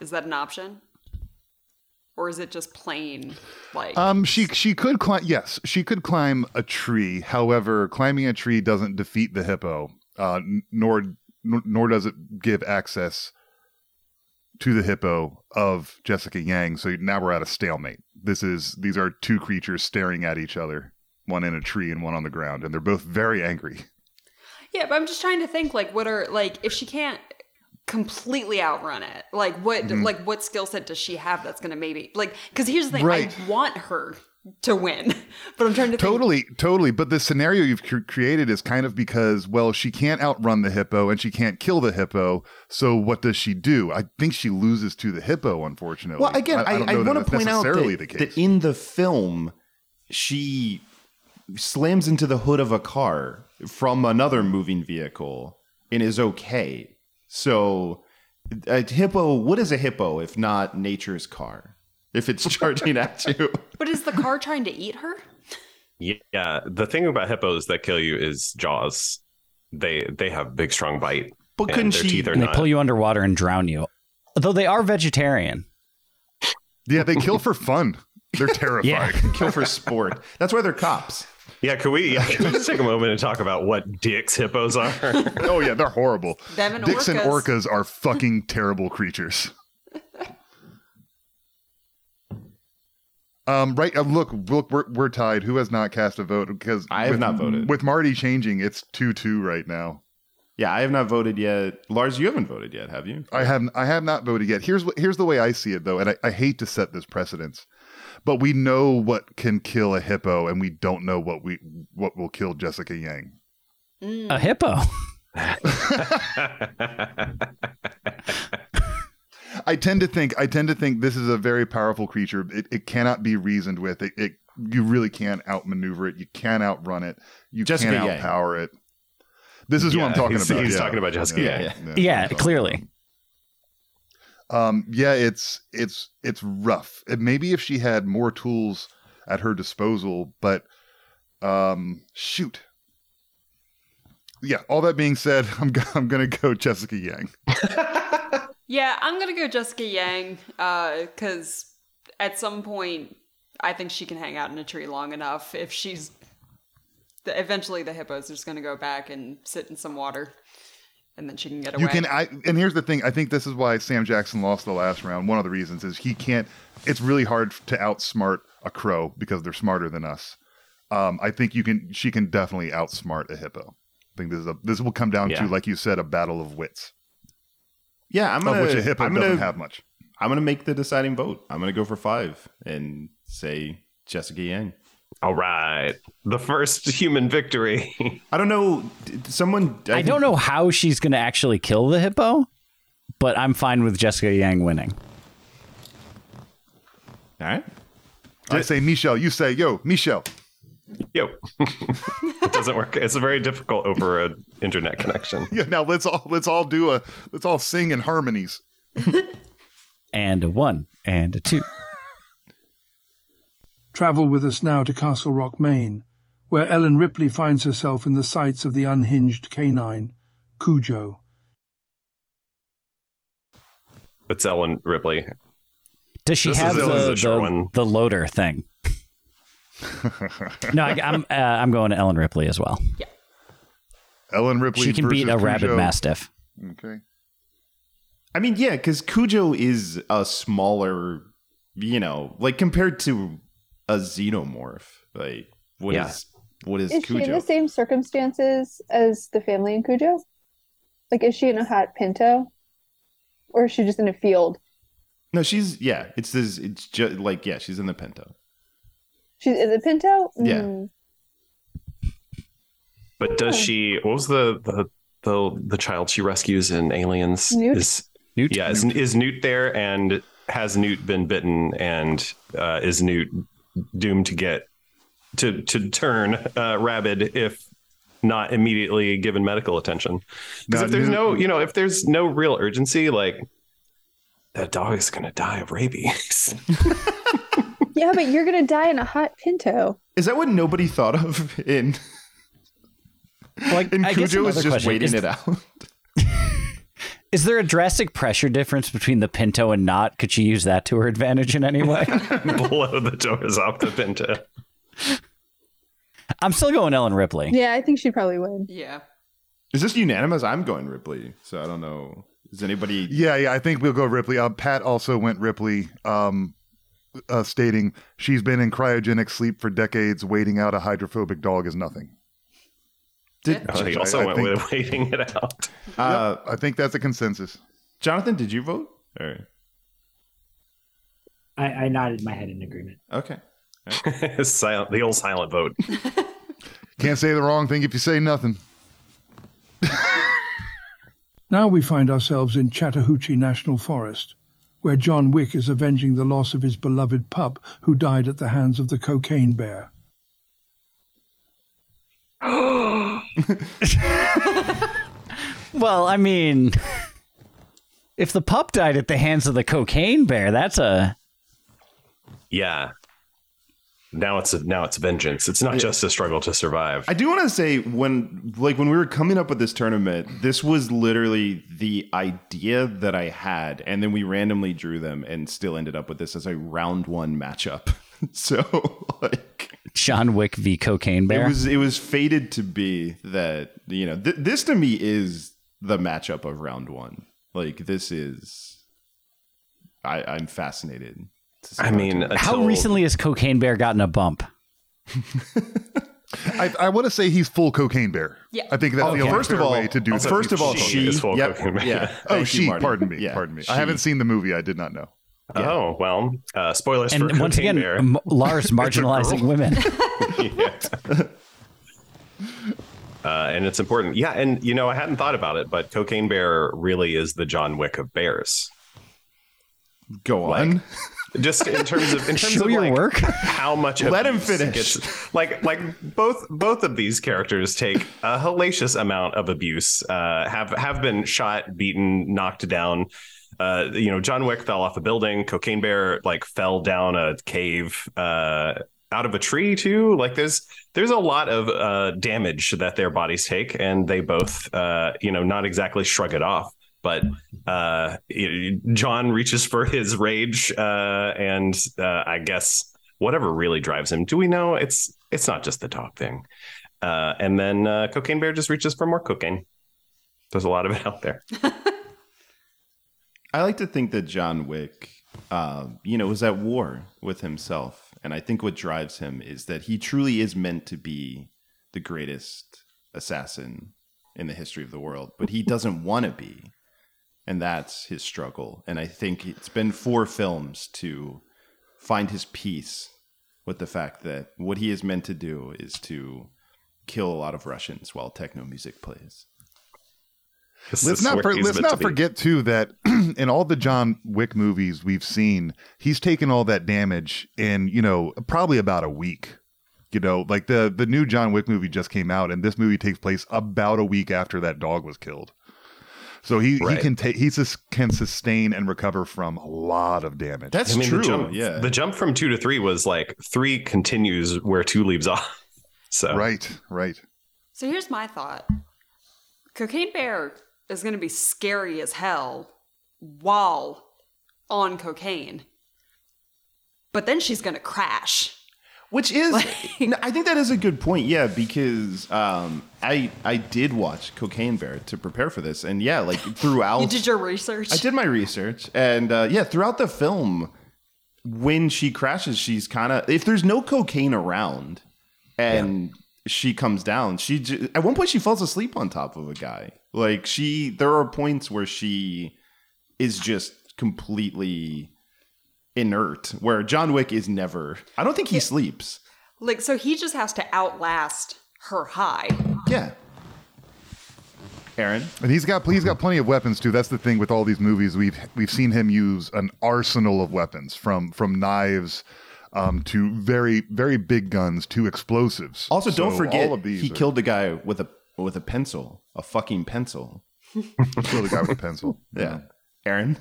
[SPEAKER 12] Is that an option, or is it just plain like?
[SPEAKER 8] Um, she she could climb. Yes, she could climb a tree. However, climbing a tree doesn't defeat the hippo, uh, n- nor nor nor does it give access to the hippo of Jessica Yang. So now we're at a stalemate. This is these are two creatures staring at each other, one in a tree and one on the ground, and they're both very angry.
[SPEAKER 12] Yeah, but I'm just trying to think like what are like if she can't completely outrun it, like what
[SPEAKER 8] Mhm.
[SPEAKER 12] like what skill set does she have that's gonna maybe like because here's the thing,
[SPEAKER 8] Right.
[SPEAKER 12] I want her to win, but I'm trying to think
[SPEAKER 8] Totally, totally. But the scenario you've cr- created is kind of because, well, she can't outrun the hippo and she can't kill the hippo. So what does she do? I think she loses to the hippo, unfortunately.
[SPEAKER 7] Well, again, I,
[SPEAKER 8] don't
[SPEAKER 7] I,
[SPEAKER 8] know that
[SPEAKER 7] want
[SPEAKER 8] that's
[SPEAKER 7] to point out
[SPEAKER 8] necessarily
[SPEAKER 7] that, that in the film, she slams into the hood of a car from another moving vehicle and is okay. So, a hippo, what is a hippo if not nature's car? If it's charging at you,
[SPEAKER 12] but is the car trying to eat her?
[SPEAKER 9] yeah. The thing about hippos that kill you is jaws. They they have big strong bite. and their teeth are
[SPEAKER 11] And they
[SPEAKER 9] not
[SPEAKER 11] pull you underwater and drown you. Though they are vegetarian.
[SPEAKER 8] Yeah, they kill for fun. They're terrifying.
[SPEAKER 7] kill for sport. That's why they're cops.
[SPEAKER 9] Yeah, can we, yeah, can we just take a moment and talk about what dicks hippos are?
[SPEAKER 8] oh yeah, they're horrible.
[SPEAKER 12] Them and
[SPEAKER 8] Dicks and
[SPEAKER 12] orcas.
[SPEAKER 8] orcas are fucking terrible creatures. Um, right. Uh, look, look, we're, we're tied. Who has not cast a vote? Because I
[SPEAKER 7] have not voted.
[SPEAKER 8] With Marty changing, it's two two right now.
[SPEAKER 7] Yeah, I have not voted yet. Lars, you haven't voted yet, have you?
[SPEAKER 8] I have I have not voted yet. Here's what here's the way I see it though, and I, I hate to set this precedence, but we know what can kill a hippo, and we don't know what we what will kill Jessica Yang.
[SPEAKER 11] A hippo.
[SPEAKER 8] I tend to think I tend to think this is a very powerful creature. It, it cannot be reasoned with. It, it you really can't outmaneuver it. You can't outrun it. You
[SPEAKER 11] Jessica
[SPEAKER 8] can't
[SPEAKER 11] Yang.
[SPEAKER 8] outpower it. This is who I'm
[SPEAKER 9] Yeah,
[SPEAKER 8] talking
[SPEAKER 9] he's-
[SPEAKER 8] about.
[SPEAKER 9] he's talking about Jessica Yang.
[SPEAKER 11] Yeah, clearly.
[SPEAKER 8] um yeah it's it's it's rough it, maybe if she had more tools at her disposal but um shoot yeah all that being said i'm, go- I'm gonna go jessica yang
[SPEAKER 12] Yeah, I'm gonna go Jessica Yang, because at some point I think she can hang out in a tree long enough if she's. the- Eventually, the hippos are just going to go back and sit in some water and then she can get away.
[SPEAKER 8] You can, I, and here's the thing. I think this is why Sam Jackson lost the last round. One of the reasons is he can't. It's really hard to outsmart a crow because they're smarter than us. Um, I think you can. She can definitely outsmart a hippo. I think this is a. This will come down
[SPEAKER 7] Yeah.
[SPEAKER 8] to, like you said, a battle of wits.
[SPEAKER 7] Yeah, I'm
[SPEAKER 8] Of
[SPEAKER 7] gonna.
[SPEAKER 8] which a hippo
[SPEAKER 7] I'm
[SPEAKER 8] doesn't
[SPEAKER 7] gonna,
[SPEAKER 8] have much.
[SPEAKER 7] I'm gonna make the deciding vote. I'm gonna go for five and say Jessica Yang.
[SPEAKER 9] All right, the first human victory.
[SPEAKER 7] I don't know. d- d- Someone.
[SPEAKER 11] I, don't know how she's going to actually kill the hippo, but I'm fine with Jessica Yang winning.
[SPEAKER 7] All right.
[SPEAKER 8] I say Michelle. You say yo, Michelle.
[SPEAKER 9] Yo, it doesn't work. It's very difficult over an internet connection.
[SPEAKER 8] Yeah. Now let's all let's all do a let's all sing in harmonies.
[SPEAKER 11] And a one and a two.
[SPEAKER 1] Travel with us now to Castle Rock, Maine, where Ellen Ripley finds herself in the sights of the unhinged canine, Cujo.
[SPEAKER 9] It's Ellen Ripley.
[SPEAKER 11] Does she
[SPEAKER 9] This
[SPEAKER 11] have
[SPEAKER 9] is a- this is
[SPEAKER 11] the,
[SPEAKER 9] a short
[SPEAKER 11] the,
[SPEAKER 9] one.
[SPEAKER 11] the loader thing? no, I, I'm uh, I'm going to Ellen Ripley as well.
[SPEAKER 8] Ellen Ripley.
[SPEAKER 11] she can beat a
[SPEAKER 8] versus
[SPEAKER 11] rabid
[SPEAKER 8] Cujo.
[SPEAKER 11] mastiff.
[SPEAKER 8] Okay.
[SPEAKER 7] I mean, yeah, because Cujo is a smaller, you know, like compared to a xenomorph. Like, what is what is,
[SPEAKER 2] Is she in
[SPEAKER 7] Cujo?
[SPEAKER 2] the same circumstances as the family in Cujo? Like, is she in a hot pinto? Or is she just in a field?
[SPEAKER 7] no, she's yeah. It's this. It's just like yeah. She's in the Pinto.
[SPEAKER 2] She's in a pinto?
[SPEAKER 7] Yeah.
[SPEAKER 2] Mm.
[SPEAKER 9] But does she? What was the the the, the child she rescues in Aliens?
[SPEAKER 2] Newt?
[SPEAKER 9] Is Newt? Yeah, is, is Newt there? And has Newt been bitten? And uh, is Newt doomed to get to to turn uh, rabid if not immediately given medical attention? Because
[SPEAKER 7] No,
[SPEAKER 9] if there's
[SPEAKER 7] Newt-
[SPEAKER 9] no, you know, if there's no real urgency, like that dog is gonna die of rabies.
[SPEAKER 2] Yeah, but you're going to die in a hot pinto.
[SPEAKER 7] Is that what nobody thought of in?
[SPEAKER 11] Like,
[SPEAKER 7] and
[SPEAKER 11] I guess
[SPEAKER 7] Cujo is
[SPEAKER 11] another
[SPEAKER 7] just
[SPEAKER 11] question
[SPEAKER 7] waiting
[SPEAKER 11] is-
[SPEAKER 7] it out.
[SPEAKER 11] Is there a drastic pressure difference between the Pinto and not? Could she use that to her advantage in any way?
[SPEAKER 9] Blow the doors off the Pinto.
[SPEAKER 11] I'm still going Ellen Ripley.
[SPEAKER 2] Yeah, I think she'd probably win.
[SPEAKER 12] Yeah.
[SPEAKER 7] Is this unanimous? I'm going Ripley, so I don't know. Is anybody?
[SPEAKER 8] Yeah, yeah, I think we'll go Ripley. Um, Pat also went Ripley, um, uh, stating she's been in cryogenic sleep for decades. Waiting out a hydrophobic dog is nothing.
[SPEAKER 7] Did,
[SPEAKER 9] Oh, he also went with waiting it out.
[SPEAKER 7] Uh,
[SPEAKER 8] I think that's a consensus.
[SPEAKER 7] Jonathan, did you vote? Or
[SPEAKER 10] I, I nodded my head in agreement.
[SPEAKER 7] okay.
[SPEAKER 9] silent, the old silent vote.
[SPEAKER 8] Can't say the wrong thing if you say nothing.
[SPEAKER 1] Now we find ourselves in Chattahoochee National Forest, where John Wick is avenging the loss of his beloved pup who died at the hands of the cocaine bear.
[SPEAKER 11] Well, I mean, if the pup died at the hands of the cocaine bear, that's a
[SPEAKER 9] Yeah. Now it's a, now it's vengeance. It's not just a struggle to survive.
[SPEAKER 7] I do want to say when like when we were coming up with this tournament, this was literally the idea that I had, and then we randomly drew them and still ended up with this as a round one matchup. so like
[SPEAKER 11] John Wick v cocaine bear.
[SPEAKER 7] it was it was fated to be that you know th- this to me is the matchup of round one. Like this is, I I'm fascinated. to see
[SPEAKER 9] I
[SPEAKER 7] how it
[SPEAKER 9] mean,
[SPEAKER 7] turns out.
[SPEAKER 11] How recently has cocaine bear gotten a bump?
[SPEAKER 8] I, I want to say he's full cocaine bear.
[SPEAKER 12] Yeah.
[SPEAKER 8] I think that's the
[SPEAKER 7] Okay.
[SPEAKER 8] only
[SPEAKER 7] First of
[SPEAKER 8] fair
[SPEAKER 7] all-
[SPEAKER 8] way to do
[SPEAKER 7] also,
[SPEAKER 8] that.
[SPEAKER 7] first of all, she-
[SPEAKER 9] is full
[SPEAKER 7] yep,
[SPEAKER 9] cocaine bear.
[SPEAKER 7] yeah.
[SPEAKER 8] Oh,
[SPEAKER 7] Thank you,
[SPEAKER 8] she.
[SPEAKER 7] Marty.
[SPEAKER 8] pardon me.
[SPEAKER 7] Yeah,
[SPEAKER 8] pardon me.
[SPEAKER 7] she.
[SPEAKER 8] I haven't seen the movie. I did not know.
[SPEAKER 9] Oh well. Uh, spoilers for
[SPEAKER 11] And once
[SPEAKER 9] Cocaine
[SPEAKER 11] again,
[SPEAKER 9] Bear.
[SPEAKER 11] M- Lars marginalizing women.
[SPEAKER 9] Yeah. Uh, and it's important. Yeah, and you know, I hadn't thought about it, but Cocaine Bear really is the John Wick of bears.
[SPEAKER 7] Go on.
[SPEAKER 9] Just in terms of in terms
[SPEAKER 11] Show
[SPEAKER 9] of
[SPEAKER 11] your
[SPEAKER 9] like,
[SPEAKER 11] work.
[SPEAKER 9] how much
[SPEAKER 7] Let him
[SPEAKER 9] abuse
[SPEAKER 7] finish.
[SPEAKER 9] gets- like like both both of these characters take a hellacious amount of abuse uh have have been shot beaten knocked down uh you know john wick fell off a building cocaine bear like fell down a cave uh out of a tree too like there's there's a lot of uh damage that their bodies take and they both uh you know not exactly shrug it off but uh, it- John reaches for his rage, uh, and uh, I guess whatever really drives him. Do we know it's it's not just the dog thing? Uh, and then uh, Cocaine Bear just reaches for more cocaine. There's a lot of it out there.
[SPEAKER 7] I like to think that John Wick, uh, you know, was at war with himself, and I think what drives him is that he truly is meant to be the greatest assassin in the history of the world, but he doesn't want to be, and that's his struggle. And I think it's been four films to find his peace with the fact that what he is meant to do is to kill a lot of Russians while techno music plays.
[SPEAKER 8] let's not for, let's not forget too that in all the John Wick movies we've seen, he's taken all that damage in you know probably about a week. You know, like the the new John Wick movie just came out, and this movie takes place about a week after that dog was killed. So he,
[SPEAKER 9] Right.
[SPEAKER 8] he can take he sus- can sustain and recover from a lot of damage.
[SPEAKER 9] I mean, The jump, the jump from two to three was like three continues where two leaves off. So
[SPEAKER 8] right, right.
[SPEAKER 12] So here's my thought Cocaine Bear is going to be scary as hell while on cocaine, but then she's going to crash.
[SPEAKER 7] Which is, no, I think that is a good point. Yeah, because um, I I did watch Cocaine Bear to prepare for this, and yeah, like throughout
[SPEAKER 12] You did your research.
[SPEAKER 7] I did my research, and uh, yeah, throughout the film, when she crashes, she's kind of if there's no cocaine around, and she comes down. She j- at one point she falls asleep on top of a guy. Like she, there are points where she is just completely inert. Where John Wick is never. I don't think he sleeps.
[SPEAKER 12] Like, so he just has to outlast her high.
[SPEAKER 7] Yeah. Aaron,
[SPEAKER 8] And he's got he's got plenty of weapons too. That's the thing with all these movies we've we've seen him use an arsenal of weapons from from knives um, to very very big guns to explosives.
[SPEAKER 7] Also,
[SPEAKER 8] So
[SPEAKER 7] don't forget
[SPEAKER 8] all of these
[SPEAKER 7] he
[SPEAKER 8] are-
[SPEAKER 7] killed a guy with a with a pencil, a fucking pencil.
[SPEAKER 8] killed a guy with a pencil.
[SPEAKER 7] Yeah, Aaron.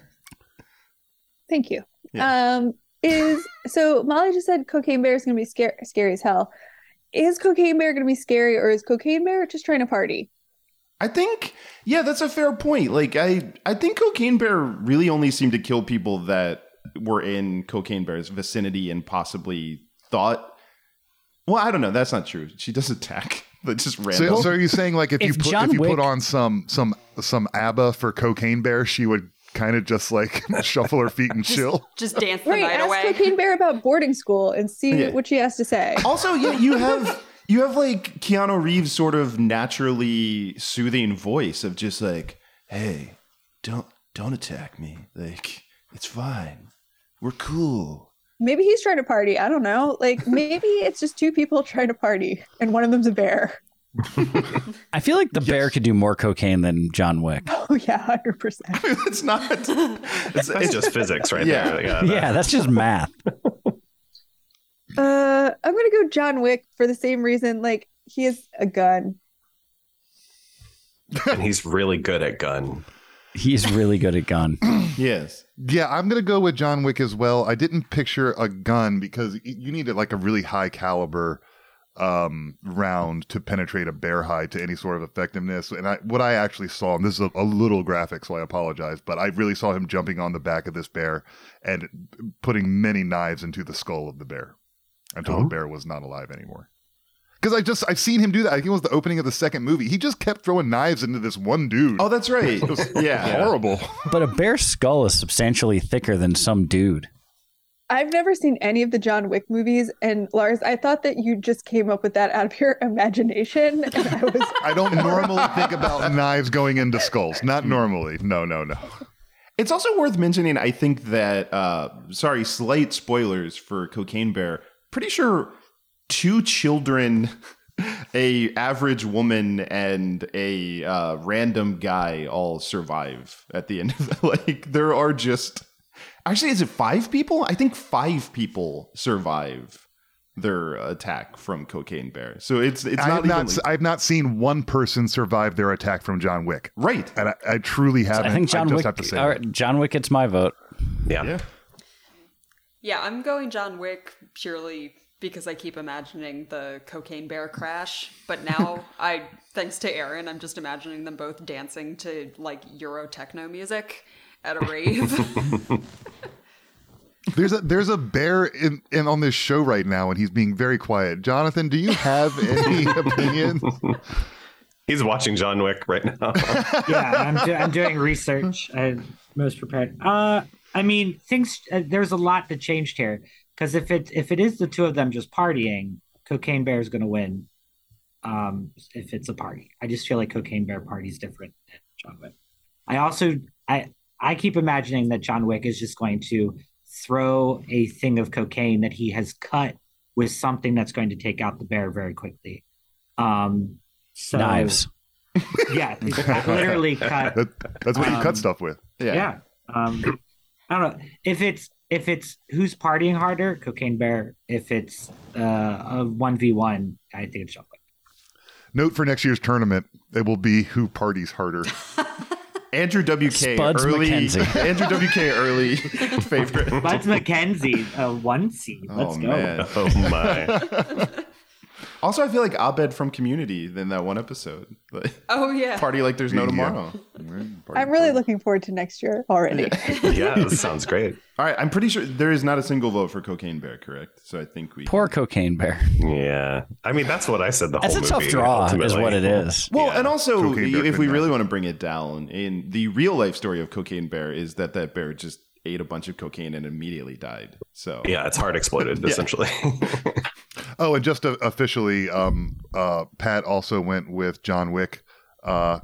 [SPEAKER 2] Thank you. Um, is so Molly just said cocaine bear is going to be scary, scary as hell. Is cocaine bear going to be scary, or is cocaine bear just trying to party?
[SPEAKER 7] I think yeah, that's a fair point. Like I I think Cocaine Bear really only seemed to kill people that were in Cocaine Bear's vicinity and possibly thought. Well, I don't know. That's not true. She does attack. But just random.
[SPEAKER 8] So, so are you saying like if, you put if you put on some some some ABBA for Cocaine Bear, she would kind of just like shuffle her feet and chill.
[SPEAKER 12] Just dance the
[SPEAKER 2] Right.
[SPEAKER 12] night
[SPEAKER 2] Ask
[SPEAKER 12] away.
[SPEAKER 2] cocaine bear about boarding school and see
[SPEAKER 7] Yeah.
[SPEAKER 2] what she has to say.
[SPEAKER 7] Also, yeah, you have you have like Keanu Reeves' sort of naturally soothing voice of just like, "Hey, don't don't attack me. Like, it's fine. We're cool."
[SPEAKER 2] Maybe he's trying to party. I don't know. Like maybe it's just two people trying to party, and one of them's a bear.
[SPEAKER 11] I feel like the bear could do more cocaine than John Wick.
[SPEAKER 2] Oh yeah, hundred percent.
[SPEAKER 7] It's not. It's,
[SPEAKER 9] That's just physics right
[SPEAKER 11] yeah.
[SPEAKER 9] there.
[SPEAKER 11] Yeah,
[SPEAKER 9] that-
[SPEAKER 11] that's just math.
[SPEAKER 2] Uh, I'm gonna go John Wick for the same reason. Like he has a gun.
[SPEAKER 9] and he's really good at gun.
[SPEAKER 11] He's really good at gun.
[SPEAKER 7] yes.
[SPEAKER 8] Yeah, I'm gonna go with John Wick as well. I didn't picture a gun because y- you need like a really high caliber um round to penetrate a bear hide to any sort of effectiveness and I, what i actually saw and this is a, a little graphic so i apologize but i really saw him jumping on the back of this bear and putting many knives into the skull of the bear until
[SPEAKER 7] Oh.
[SPEAKER 8] the bear was not alive anymore because i just i've seen him do that i think it was the opening of the second movie he just kept throwing knives into this one dude
[SPEAKER 7] oh that's right yeah
[SPEAKER 8] horrible
[SPEAKER 11] But a bear's skull is substantially thicker than some dude.
[SPEAKER 2] I've never seen any of the John Wick movies, and Lars, I thought that you just came up with that out of your imagination. And I was
[SPEAKER 8] I don't normally think about knives going into skulls. Not normally. No, no, no.
[SPEAKER 7] Mm. It's also worth mentioning. I think that uh, sorry, slight spoilers for Cocaine Bear. Pretty sure two children, a average woman, and a uh, random guy all survive at the end. of Like there are just actually, is it five people? I think five people survive their attack from Cocaine Bear. So it's it's
[SPEAKER 8] I
[SPEAKER 7] not
[SPEAKER 8] have
[SPEAKER 7] even.
[SPEAKER 8] not.
[SPEAKER 7] like-
[SPEAKER 8] s- I've not seen one person survive their attack from John Wick.
[SPEAKER 7] Right.
[SPEAKER 8] And I, I truly
[SPEAKER 11] So
[SPEAKER 8] haven't.
[SPEAKER 11] I think John
[SPEAKER 8] just
[SPEAKER 11] Wick.
[SPEAKER 8] have to say
[SPEAKER 11] all
[SPEAKER 8] that.
[SPEAKER 11] right, John Wick gets my vote.
[SPEAKER 9] Yeah.
[SPEAKER 12] Yeah, I'm going John Wick purely because I keep imagining the cocaine bear crash. But now I thanks to Aaron, I'm just imagining them both dancing to like Euro techno music at a rave.
[SPEAKER 8] There's a there's a bear in, in on this show right now, and he's being very quiet. Jonathan, do you have any opinions?
[SPEAKER 9] He's watching John Wick right now.
[SPEAKER 10] yeah, I'm, do- I'm doing research. I'm most prepared. Uh, I mean, things. Uh, there's a lot that changed here because if it if it is the two of them just partying, Cocaine Bear is going to win. Um, if it's a party, I just feel like Cocaine Bear party's different than John Wick. I also I I keep imagining that John Wick is just going to throw a thing of cocaine that he has cut with something that's going to take out the bear very quickly. Um, so-
[SPEAKER 11] Knives.
[SPEAKER 10] yeah, I literally cut.
[SPEAKER 8] That- that's what you cut stuff with.
[SPEAKER 10] Yeah. Um, I don't know if it's if it's who's partying harder, Cocaine Bear. If it's uh, a one v one, I think it's John Wick.
[SPEAKER 8] Note for next year's tournament, it will be who parties harder.
[SPEAKER 7] Andrew WK
[SPEAKER 8] Spuds
[SPEAKER 7] early.
[SPEAKER 8] McKenzie.
[SPEAKER 7] Andrew WK early favorite.
[SPEAKER 10] Buds McKenzie, a one seed. Let's go.
[SPEAKER 9] Oh my.
[SPEAKER 7] Also, I feel like Abed from Community in that one episode. Like,
[SPEAKER 2] Oh, yeah.
[SPEAKER 7] Party like there's no tomorrow.
[SPEAKER 2] I'm really looking forward to next year already.
[SPEAKER 9] yeah, that sounds great.
[SPEAKER 7] All right, I'm pretty sure there is not a single vote for Cocaine Bear, correct? So I think we.
[SPEAKER 11] Poor cocaine bear.
[SPEAKER 9] Yeah. I mean, that's what I said the
[SPEAKER 11] That's
[SPEAKER 9] whole
[SPEAKER 11] a
[SPEAKER 9] movie.
[SPEAKER 11] tough draw, is
[SPEAKER 9] ultimately.
[SPEAKER 11] what it is.
[SPEAKER 7] Well, and also,
[SPEAKER 9] Cocaine Bear
[SPEAKER 7] if we
[SPEAKER 9] couldn't
[SPEAKER 7] really want to bring it down, in the real life story of Cocaine Bear is that that bear just ate a bunch of cocaine and immediately died. So
[SPEAKER 9] Yeah, it's hard exploded,
[SPEAKER 7] Yeah.
[SPEAKER 9] essentially.
[SPEAKER 8] Oh, and just uh, officially, um, uh, Pat also went with John Wick. Uh,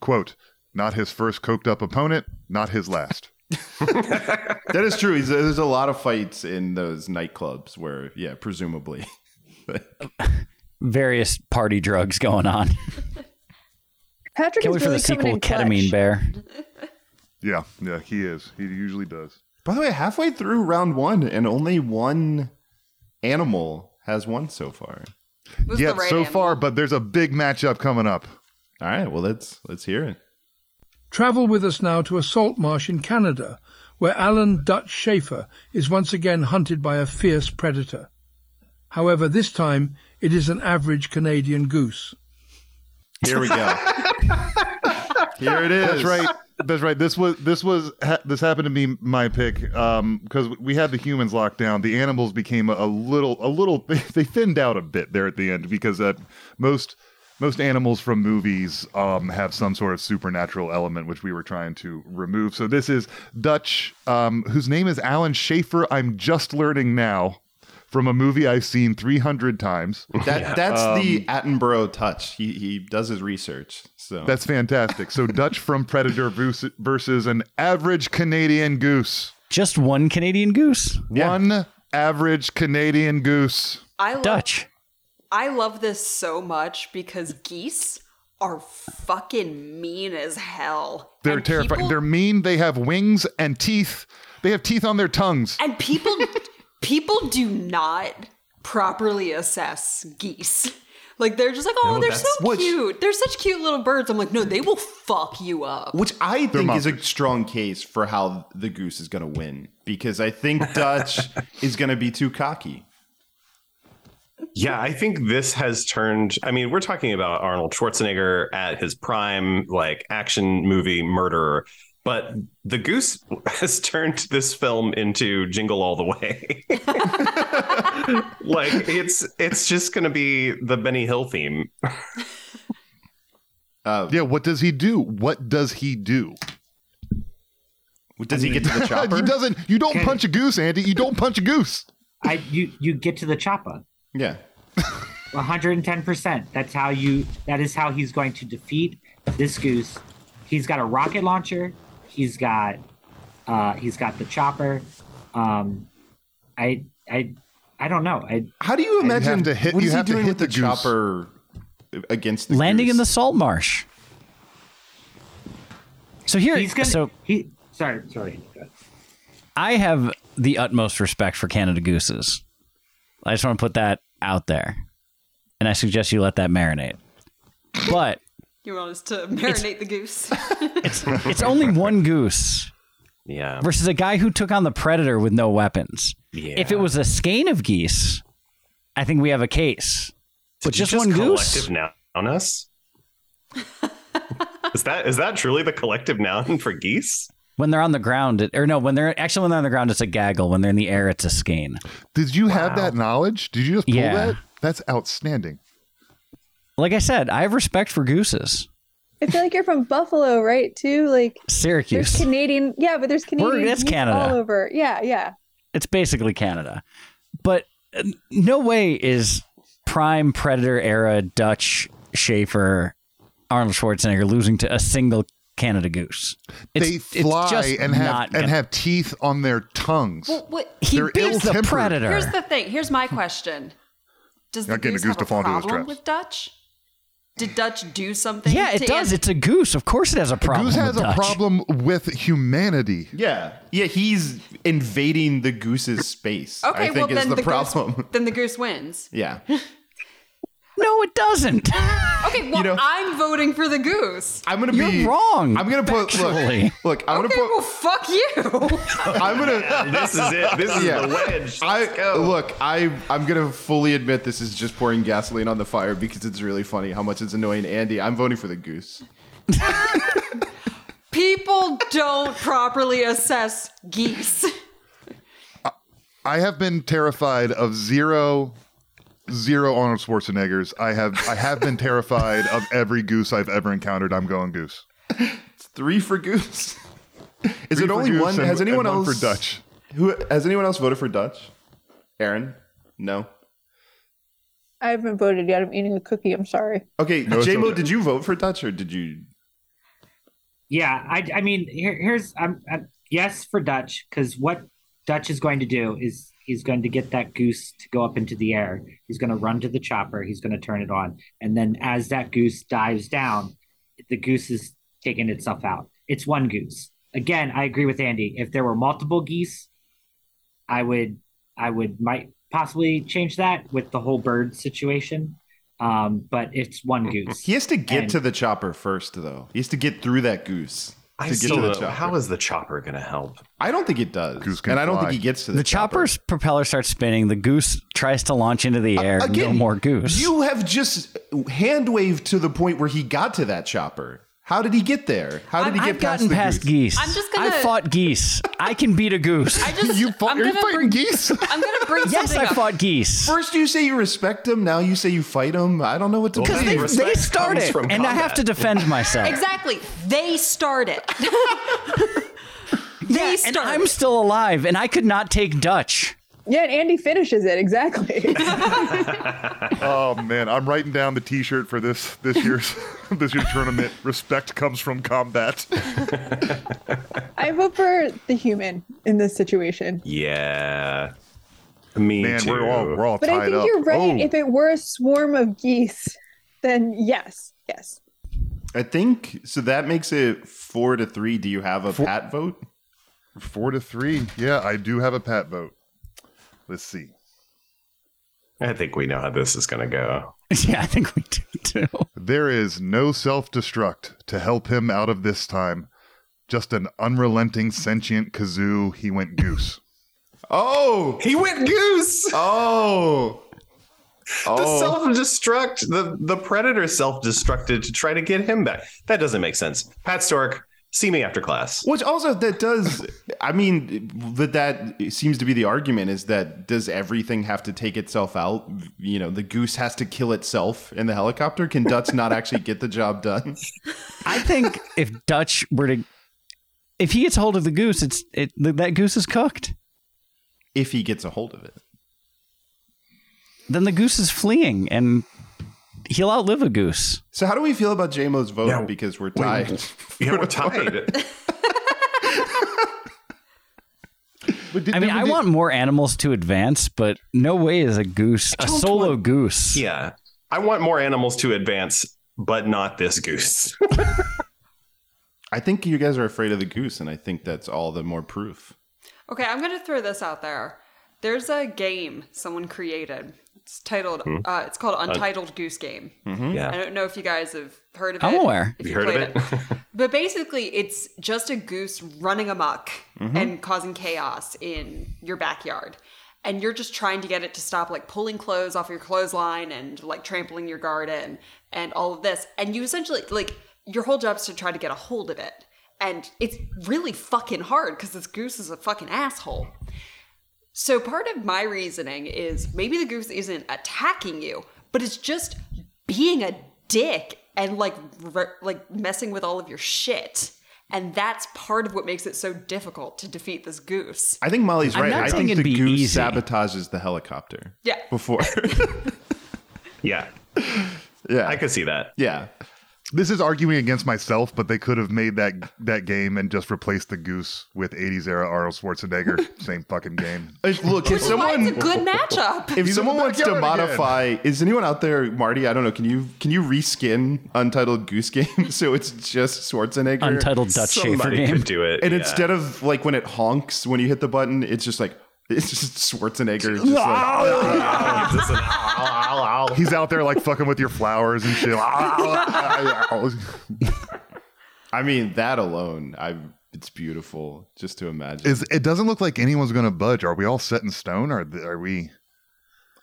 [SPEAKER 8] quote, not his first coked up opponent, not his last.
[SPEAKER 7] that is true. He's- There's a lot of fights in those nightclubs where, yeah, presumably.
[SPEAKER 11] Various party drugs going on.
[SPEAKER 2] Patrick is
[SPEAKER 11] Can't wait for
[SPEAKER 2] really
[SPEAKER 11] the sequel,
[SPEAKER 2] coming in
[SPEAKER 11] Ketamine Bear.
[SPEAKER 8] yeah, yeah, he is. He usually does.
[SPEAKER 7] By the way, halfway through round one, and only one animal has won so far.
[SPEAKER 12] Was
[SPEAKER 8] yeah,
[SPEAKER 12] the right
[SPEAKER 8] so
[SPEAKER 12] animal.
[SPEAKER 8] far, but there's a big matchup coming up.
[SPEAKER 7] All right, well let's let's hear it.
[SPEAKER 1] Travel with us now to a salt marsh in Canada, where Alan Dutch Schaefer is once again hunted by a fierce predator. However, this time it is an average Canadian goose.
[SPEAKER 7] Here we go. Here it
[SPEAKER 8] That's right. That's right. This was this was ha- this happened to be my pick because we had the humans locked down. The animals became a, a little a little they thinned out a bit there at the end because uh, most most animals from movies um, have some sort of supernatural element which we were trying to remove. So this is Dutch, um, whose name is Alan Schaefer. I'm just learning now from a movie I've seen 300 times.
[SPEAKER 7] That that's
[SPEAKER 8] Um,
[SPEAKER 7] the Attenborough touch. He he does his research. So
[SPEAKER 8] That's fantastic. So Dutch from Predator versus, versus an average Canadian goose.
[SPEAKER 11] Just one Canadian goose.
[SPEAKER 8] One average Canadian goose.
[SPEAKER 12] I love,
[SPEAKER 11] Dutch.
[SPEAKER 12] I love this so much because geese are fucking mean as hell.
[SPEAKER 8] They're
[SPEAKER 12] And
[SPEAKER 8] terrifying.
[SPEAKER 12] people-
[SPEAKER 8] They're mean. They have wings and teeth. They have teeth on their tongues.
[SPEAKER 12] and people people do not properly assess geese. Like they're just like, oh,
[SPEAKER 7] No,
[SPEAKER 12] they're
[SPEAKER 7] that's-
[SPEAKER 12] so cute. They're such cute little birds. I'm like, no, they will fuck you up.
[SPEAKER 7] Which I think is a strong case for how the goose is going to win because I think Dutch is going to be too cocky.
[SPEAKER 9] Yeah, I think this has turned. I mean, we're talking about Arnold Schwarzenegger at his prime, like action movie murderer, but The Goose has turned this film into Jingle All the Way. like it's it's just going to be the Benny Hill theme.
[SPEAKER 7] Oh.
[SPEAKER 8] yeah. What does he do? What does he do?
[SPEAKER 7] Does he get to the chopper?
[SPEAKER 8] he doesn't. You don't punch a goose, Andy. You don't punch a goose.
[SPEAKER 10] I you you get to the chopper.
[SPEAKER 7] Yeah.
[SPEAKER 10] 110 percent. That's how you. That is how he's going to defeat this goose. He's got a rocket launcher. He's got. Uh, he's got the chopper. Um, I I I don't know. I
[SPEAKER 7] How do you
[SPEAKER 10] I-
[SPEAKER 7] imagine
[SPEAKER 10] have to hit-
[SPEAKER 7] what
[SPEAKER 10] you
[SPEAKER 7] is
[SPEAKER 10] have to
[SPEAKER 7] he doing
[SPEAKER 10] hit
[SPEAKER 7] with
[SPEAKER 10] the
[SPEAKER 7] the,
[SPEAKER 10] goose.
[SPEAKER 7] chopper against the
[SPEAKER 11] Landing
[SPEAKER 7] goose?
[SPEAKER 11] in the salt marsh. So here,
[SPEAKER 10] He's gonna.
[SPEAKER 11] so
[SPEAKER 10] he. Sorry, sorry.
[SPEAKER 11] I have the utmost respect for Canada gooses. I just want to put that out there, and I suggest you let that marinate. But
[SPEAKER 12] You want us to marinate the goose?
[SPEAKER 11] it's only one goose.
[SPEAKER 9] Yeah.
[SPEAKER 11] Versus a guy who took on the predator with no weapons.
[SPEAKER 9] Yeah.
[SPEAKER 11] If it was a skein of geese, I think we have a case. but
[SPEAKER 9] Did you
[SPEAKER 11] just, one goose.
[SPEAKER 9] collective noun us. is that is that truly the collective noun for geese?
[SPEAKER 11] When they're on the ground, it, or no, when they're actually when they're on the ground, it's a gaggle. When they're in the air, it's a skein.
[SPEAKER 8] Did you have that knowledge? Did you just pull
[SPEAKER 11] Yeah.
[SPEAKER 8] that? That's outstanding.
[SPEAKER 11] like I said, I have respect for gooses.
[SPEAKER 2] I feel like you're from Buffalo, right? Too like
[SPEAKER 11] Syracuse.
[SPEAKER 2] There's Canadian, yeah, but there's Canadian
[SPEAKER 11] that's
[SPEAKER 2] geese
[SPEAKER 11] Canada.
[SPEAKER 2] all over. Yeah, yeah.
[SPEAKER 11] it's basically Canada. But uh, no way is prime predator era Dutch Schaefer Arnold Schwarzenegger losing to a single Canada goose. It's,
[SPEAKER 8] they
[SPEAKER 11] it's
[SPEAKER 8] fly
[SPEAKER 11] just
[SPEAKER 8] and have
[SPEAKER 11] not
[SPEAKER 8] and
[SPEAKER 11] gonna-
[SPEAKER 8] have teeth on their tongues.
[SPEAKER 12] Well, what,
[SPEAKER 11] He
[SPEAKER 8] They're
[SPEAKER 11] beats the
[SPEAKER 8] ill-tempered.
[SPEAKER 11] predator.
[SPEAKER 12] here's the thing. Here's my question: Does the
[SPEAKER 8] Not getting a
[SPEAKER 12] goose,
[SPEAKER 8] goose
[SPEAKER 12] have
[SPEAKER 8] to fall
[SPEAKER 12] a
[SPEAKER 8] into those
[SPEAKER 12] problem
[SPEAKER 8] traps.
[SPEAKER 12] with Dutch? Did Dutch do something?
[SPEAKER 11] yeah, it
[SPEAKER 12] to
[SPEAKER 11] does.
[SPEAKER 12] Andy?
[SPEAKER 11] It's a goose. Of course, it has a problem.
[SPEAKER 8] Goose has
[SPEAKER 11] with
[SPEAKER 8] a
[SPEAKER 11] Dutch.
[SPEAKER 8] problem with humanity.
[SPEAKER 7] Yeah, yeah, he's invading the goose's space.
[SPEAKER 12] Okay,
[SPEAKER 7] I think
[SPEAKER 12] well
[SPEAKER 7] is
[SPEAKER 12] then
[SPEAKER 7] the,
[SPEAKER 12] the
[SPEAKER 7] problem.
[SPEAKER 12] Goose, then the goose wins.
[SPEAKER 7] Yeah,
[SPEAKER 11] No, it doesn't.
[SPEAKER 12] Okay, well I'm voting for the goose.
[SPEAKER 7] I'm gonna
[SPEAKER 11] You're
[SPEAKER 7] be
[SPEAKER 11] wrong.
[SPEAKER 7] I'm gonna put
[SPEAKER 11] Factually.
[SPEAKER 7] look, look. I'm
[SPEAKER 12] Okay,
[SPEAKER 7] gonna put.
[SPEAKER 12] well fuck you.
[SPEAKER 7] I'm gonna.
[SPEAKER 9] this is it. This is the wedge.
[SPEAKER 7] I look. I I'm gonna fully admit this is just pouring gasoline on the fire because it's really funny how much it's annoying Andy. I'm voting for the goose.
[SPEAKER 12] People don't properly assess geese.
[SPEAKER 8] I have been terrified of zero zero Arnold Schwarzeneggers. I have I have been terrified of every goose I've ever encountered. I'm going goose.
[SPEAKER 7] It's three for goose. Is
[SPEAKER 8] Three
[SPEAKER 7] it
[SPEAKER 8] for
[SPEAKER 7] only
[SPEAKER 8] goose
[SPEAKER 7] one?
[SPEAKER 8] and-
[SPEAKER 7] has anyone
[SPEAKER 8] and one for
[SPEAKER 7] else
[SPEAKER 8] Dutch.
[SPEAKER 7] Who has anyone else voted for Dutch? Aaron, no.
[SPEAKER 2] I haven't voted yet. I'm eating a cookie. I'm sorry.
[SPEAKER 7] Okay,
[SPEAKER 8] No, it's
[SPEAKER 7] J-Mo,
[SPEAKER 8] okay.
[SPEAKER 7] did you vote for Dutch or did you?
[SPEAKER 10] Yeah, I, I mean, here, here's I'm, i yes for Dutch because what Dutch is going to do is he's going to get that goose to go up into the air. He's going to run to the chopper. He's going to turn it on, and then as that goose dives down, the goose is taking itself out. It's one goose. Again, I agree with Andy. If there were multiple geese, I would I would might possibly change that with the whole bird situation. Um, but it's one goose.
[SPEAKER 7] He has to get
[SPEAKER 10] And-
[SPEAKER 7] to the chopper first, though. He has to get through that goose
[SPEAKER 9] I
[SPEAKER 7] to get to
[SPEAKER 9] still
[SPEAKER 7] the
[SPEAKER 9] don't know.
[SPEAKER 7] chopper.
[SPEAKER 9] How is the chopper going to help?
[SPEAKER 7] I don't think it does,
[SPEAKER 8] Goose can
[SPEAKER 7] and I don't
[SPEAKER 8] fly.
[SPEAKER 7] think he gets to the,
[SPEAKER 11] The chopper's propeller starts spinning. The goose tries to launch into the air. no more goose.
[SPEAKER 7] You have just hand waved to the point where he got to that chopper. How did he get there? How did he get
[SPEAKER 11] I've
[SPEAKER 7] past
[SPEAKER 11] gotten
[SPEAKER 7] the
[SPEAKER 11] past
[SPEAKER 7] goose?
[SPEAKER 11] geese.
[SPEAKER 12] I'm just gonna-
[SPEAKER 11] I fought geese. I can beat a goose.
[SPEAKER 12] I just
[SPEAKER 8] You fought,
[SPEAKER 12] I'm
[SPEAKER 8] you're
[SPEAKER 12] gonna
[SPEAKER 8] fighting
[SPEAKER 12] bring,
[SPEAKER 8] geese?
[SPEAKER 12] I'm gonna bring
[SPEAKER 11] yes,
[SPEAKER 12] something
[SPEAKER 11] I
[SPEAKER 12] up.
[SPEAKER 11] fought geese.
[SPEAKER 7] First you say you respect him, now you say you fight him. I don't know what to
[SPEAKER 9] Well,
[SPEAKER 11] Because
[SPEAKER 9] then
[SPEAKER 11] they,
[SPEAKER 7] believe.
[SPEAKER 9] you
[SPEAKER 11] they
[SPEAKER 9] respect
[SPEAKER 11] start
[SPEAKER 9] comes
[SPEAKER 11] it,
[SPEAKER 9] from
[SPEAKER 11] and I have
[SPEAKER 9] combat.
[SPEAKER 11] to defend myself.
[SPEAKER 12] Exactly. They start it.
[SPEAKER 11] Yeah,
[SPEAKER 12] they
[SPEAKER 11] and
[SPEAKER 12] start
[SPEAKER 11] I'm
[SPEAKER 12] it.
[SPEAKER 11] still alive, and I could not take Dutch.
[SPEAKER 2] Yeah, and Andy finishes it exactly.
[SPEAKER 8] Oh man, I'm writing down the T-shirt for this this year's this year's tournament. Respect comes from combat.
[SPEAKER 2] I vote for the human in this situation.
[SPEAKER 9] Yeah. Me
[SPEAKER 8] Man,
[SPEAKER 9] too.
[SPEAKER 8] we're all we're all
[SPEAKER 2] But
[SPEAKER 8] tied
[SPEAKER 2] I think
[SPEAKER 8] up.
[SPEAKER 2] you're right.
[SPEAKER 8] Oh,
[SPEAKER 2] If it were a swarm of geese, then yes, yes.
[SPEAKER 7] I think so. That makes it four to three. Do you have a pat vote?
[SPEAKER 8] four to three. Yeah, I do have a pat vote. Let's see.
[SPEAKER 9] I think we know how this is going to go.
[SPEAKER 11] yeah, I think we do too.
[SPEAKER 8] There is no self destruct to help him out of this time. Just an unrelenting sentient kazoo. He went goose.
[SPEAKER 7] Oh,
[SPEAKER 9] He went goose.
[SPEAKER 7] oh,
[SPEAKER 9] The self-destruct, the the predator self-destructed to try to get him back. That doesn't make sense. Pat Stork, see me after class.
[SPEAKER 7] Which also that does. I mean, that that seems to be the argument is that does everything have to take itself out? You know, the goose has to kill itself in the helicopter. Can Dutz not actually get the job done?
[SPEAKER 11] I think if Dutch were to, if he gets hold of the goose, it's it that goose is cooked.
[SPEAKER 7] If he gets a hold of it,
[SPEAKER 11] Then the goose is fleeing, and he'll outlive a goose.
[SPEAKER 7] so how do we feel about JMO's vote? because we're tied.
[SPEAKER 9] Yeah, we're tied.
[SPEAKER 11] I mean, I want more animals to advance, but no way is a goose a solo goose.
[SPEAKER 9] yeah, I want more animals to advance, but not this goose.
[SPEAKER 7] I think you guys are afraid of the goose, and I think that's all the more proof.
[SPEAKER 12] Okay, I'm gonna throw this out there. There's a game someone created. It's titled.
[SPEAKER 9] Hmm?
[SPEAKER 12] Uh, it's called Untitled Goose Game. I
[SPEAKER 9] Yeah,
[SPEAKER 12] don't know if you guys have heard of it.
[SPEAKER 11] I'm aware.
[SPEAKER 12] If
[SPEAKER 9] Mm-hmm. you heard of
[SPEAKER 12] played
[SPEAKER 9] it?
[SPEAKER 12] But basically, it's just a goose running amok and causing chaos in your backyard. And you're just trying to get it to stop, like pulling clothes off your clothesline and like trampling your garden and all of this. And you essentially, like, your whole job is to try to get a hold of it. And it's really fucking hard because this goose is a fucking asshole. So part of my reasoning is maybe the goose isn't attacking you, but it's just being a dick and like re- like messing with all of your shit. And that's part of what makes it so difficult to defeat this goose.
[SPEAKER 7] I think Molly's
[SPEAKER 12] I'm
[SPEAKER 7] right.
[SPEAKER 12] not
[SPEAKER 7] I
[SPEAKER 12] saying
[SPEAKER 7] think the
[SPEAKER 12] it'd be
[SPEAKER 7] goose
[SPEAKER 12] easy.
[SPEAKER 7] sabotages the helicopter.
[SPEAKER 12] Yeah.
[SPEAKER 7] Before.
[SPEAKER 9] yeah.
[SPEAKER 7] Yeah.
[SPEAKER 9] I could see that.
[SPEAKER 7] Yeah.
[SPEAKER 8] This is arguing against myself, but they could have made that that game and just replaced the goose with 80s era Arnold Schwarzenegger. Same fucking game.
[SPEAKER 7] Uh, Look,
[SPEAKER 12] Which
[SPEAKER 7] if
[SPEAKER 12] is why
[SPEAKER 7] someone
[SPEAKER 12] it's a good matchup.
[SPEAKER 7] if someone wants to
[SPEAKER 8] backyard again.
[SPEAKER 7] modify, is anyone out there, Marty? I don't know. Can you can you reskin Untitled Goose Game so it's just Schwarzenegger?
[SPEAKER 11] Untitled Dutch Somebody Schaefer game. could do it,
[SPEAKER 7] And
[SPEAKER 11] yeah.
[SPEAKER 7] instead of like when it honks when you hit the button, it's just like it's just Schwarzenegger. Just like,
[SPEAKER 8] He's out there like fucking with your flowers and shit.
[SPEAKER 7] I mean that alone, I it's beautiful just to imagine.
[SPEAKER 8] Is it doesn't look like anyone's going to budge. Are we all set in stone? Or th- are we?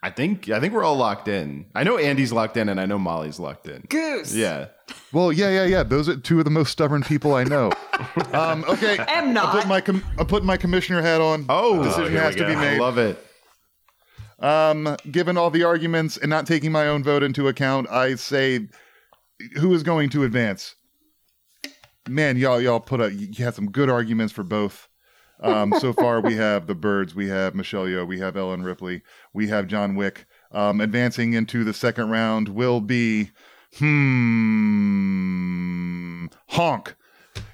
[SPEAKER 7] I think I think we're all locked in. I know Andy's locked in, and I know Molly's locked in.
[SPEAKER 12] Goose.
[SPEAKER 7] Yeah.
[SPEAKER 8] Well, yeah, yeah, yeah. Those are two of the most stubborn people I know. um, okay,
[SPEAKER 12] I'm
[SPEAKER 8] I put my com- I put my commissioner hat on.
[SPEAKER 7] Oh,
[SPEAKER 8] decision
[SPEAKER 7] here
[SPEAKER 8] has
[SPEAKER 7] we
[SPEAKER 8] to be
[SPEAKER 7] go.
[SPEAKER 8] made.
[SPEAKER 7] I love it.
[SPEAKER 8] Um, given all the arguments and not taking my own vote into account, I say, who is going to advance? Man, y'all, y'all put a you had some good arguments for both. Um, so far, we have the Birds, we have Michelle Yeoh, we have Ellen Ripley, we have John Wick. Um, advancing into the second round will be, hmm, honk.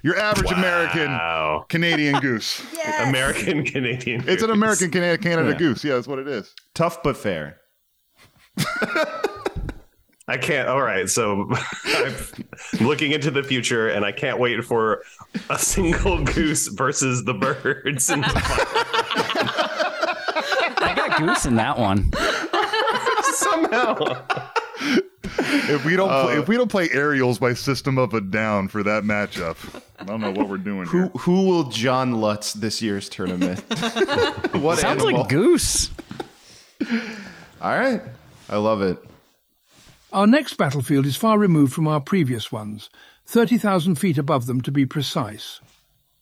[SPEAKER 8] Your average American Canadian goose.
[SPEAKER 9] American Canadian.
[SPEAKER 8] It's an
[SPEAKER 9] goose.
[SPEAKER 8] American Canada, Canada
[SPEAKER 9] Yeah.
[SPEAKER 8] goose. Yeah, that's what it is.
[SPEAKER 7] Tough but fair.
[SPEAKER 9] I can't. All right, so I'm looking into the future, and I can't wait for a single goose versus the birds. in the final.
[SPEAKER 11] I got goose in that one.
[SPEAKER 9] Somehow,
[SPEAKER 8] if we don't
[SPEAKER 7] Uh,
[SPEAKER 8] play, if we don't play aerials by System of a Down for that matchup, I don't know what we're doing.
[SPEAKER 7] Who who will John Lutz this year's tournament? what
[SPEAKER 11] Sounds
[SPEAKER 7] animal?
[SPEAKER 11] like goose.
[SPEAKER 7] All right, I love it.
[SPEAKER 1] Our next battlefield is far removed from our previous ones, 30,000 feet above them to be precise.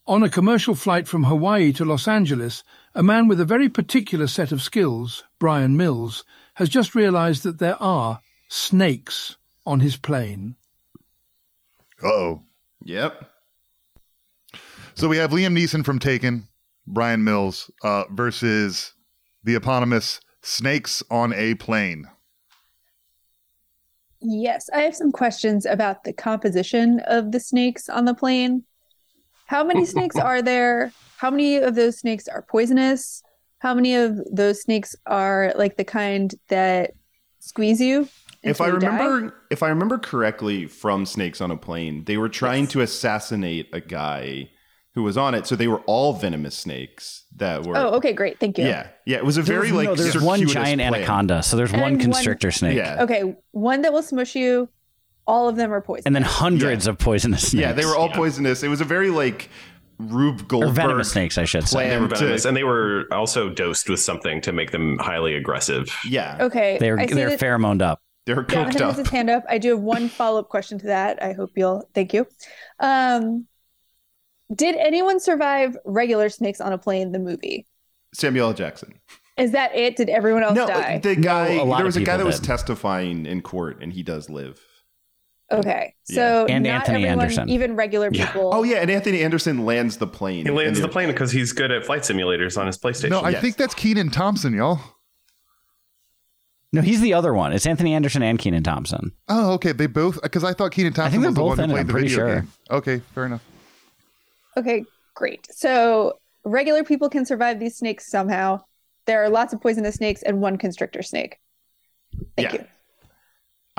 [SPEAKER 1] On a commercial flight from Hawaii to Los Angeles, a man with a very particular set of skills, Brian Mills, has just realized that there are snakes on his plane.
[SPEAKER 8] Oh,
[SPEAKER 7] yep.
[SPEAKER 8] So we have Liam Neeson from Taken, Brian Mills uh, versus the eponymous Snakes on a Plane.
[SPEAKER 2] Yes, I have some questions about the composition of the snakes on the plane. How many snakes are there? How many of those snakes are poisonous? How many of those snakes are like the kind that squeeze you?
[SPEAKER 7] If
[SPEAKER 2] until
[SPEAKER 7] I
[SPEAKER 2] you die?
[SPEAKER 7] remember, if I remember correctly from Snakes on a Plane, they were trying to assassinate a guy who was on it. So they were all venomous snakes that were.
[SPEAKER 2] Oh, okay, great. Thank you.
[SPEAKER 7] Yeah, yeah. It was a
[SPEAKER 11] There
[SPEAKER 7] very
[SPEAKER 11] was-
[SPEAKER 7] like
[SPEAKER 11] no, there's one
[SPEAKER 7] circuitous
[SPEAKER 11] giant
[SPEAKER 7] plan.
[SPEAKER 11] anaconda, so there's one
[SPEAKER 2] And
[SPEAKER 11] constrictor snake,
[SPEAKER 7] Yeah.
[SPEAKER 2] Okay, one that will smush you. All of them are poisonous.
[SPEAKER 11] and then hundreds of poisonous snakes.
[SPEAKER 7] Yeah, they were all poisonous. It was a very like Rube
[SPEAKER 11] or
[SPEAKER 7] Goldberg
[SPEAKER 11] venomous snakes, I should say.
[SPEAKER 7] plan
[SPEAKER 9] they were
[SPEAKER 7] to-
[SPEAKER 9] venomous, and they were also dosed with something to make them highly aggressive.
[SPEAKER 7] Yeah.
[SPEAKER 2] Okay.
[SPEAKER 11] They
[SPEAKER 2] I
[SPEAKER 11] were
[SPEAKER 2] see
[SPEAKER 11] they're
[SPEAKER 2] that-
[SPEAKER 11] pheromoned up.
[SPEAKER 7] They were
[SPEAKER 2] Jonathan has his hand up. I do have one follow up question to that. I hope you'll thank you. Um, did anyone survive regular snakes on a plane? The movie
[SPEAKER 7] Samuel L. Jackson.
[SPEAKER 2] is that it? Did everyone else
[SPEAKER 11] uh,
[SPEAKER 7] No,
[SPEAKER 2] die?
[SPEAKER 7] the guy.
[SPEAKER 11] a lot
[SPEAKER 7] there
[SPEAKER 11] of
[SPEAKER 7] was a guy
[SPEAKER 11] people
[SPEAKER 7] that was
[SPEAKER 11] did.
[SPEAKER 7] testifying in court, and he does live.
[SPEAKER 2] okay, so
[SPEAKER 11] And
[SPEAKER 2] not
[SPEAKER 11] Anthony
[SPEAKER 2] everyone,
[SPEAKER 11] Anderson.
[SPEAKER 2] even regular people.
[SPEAKER 7] Oh yeah, and Anthony Anderson lands the plane.
[SPEAKER 9] He lands
[SPEAKER 7] And
[SPEAKER 9] the plane because he's good at flight simulators on his PlayStation.
[SPEAKER 8] No, I
[SPEAKER 7] Yes.
[SPEAKER 8] think that's Keenan Thompson, y'all.
[SPEAKER 11] No, he's the other one. It's Anthony Anderson and Keenan Thompson.
[SPEAKER 8] Oh, okay. They both because I thought Keenan Thompson
[SPEAKER 11] they're
[SPEAKER 8] was the one
[SPEAKER 11] both
[SPEAKER 8] who
[SPEAKER 11] in it,
[SPEAKER 8] played
[SPEAKER 11] I'm
[SPEAKER 8] the
[SPEAKER 11] pretty
[SPEAKER 8] video
[SPEAKER 11] sure.
[SPEAKER 8] game. Okay, fair enough.
[SPEAKER 2] Okay, great. So regular people can survive these snakes somehow. There are lots of poisonous snakes and one constrictor snake. Thank
[SPEAKER 7] Yeah.
[SPEAKER 2] you.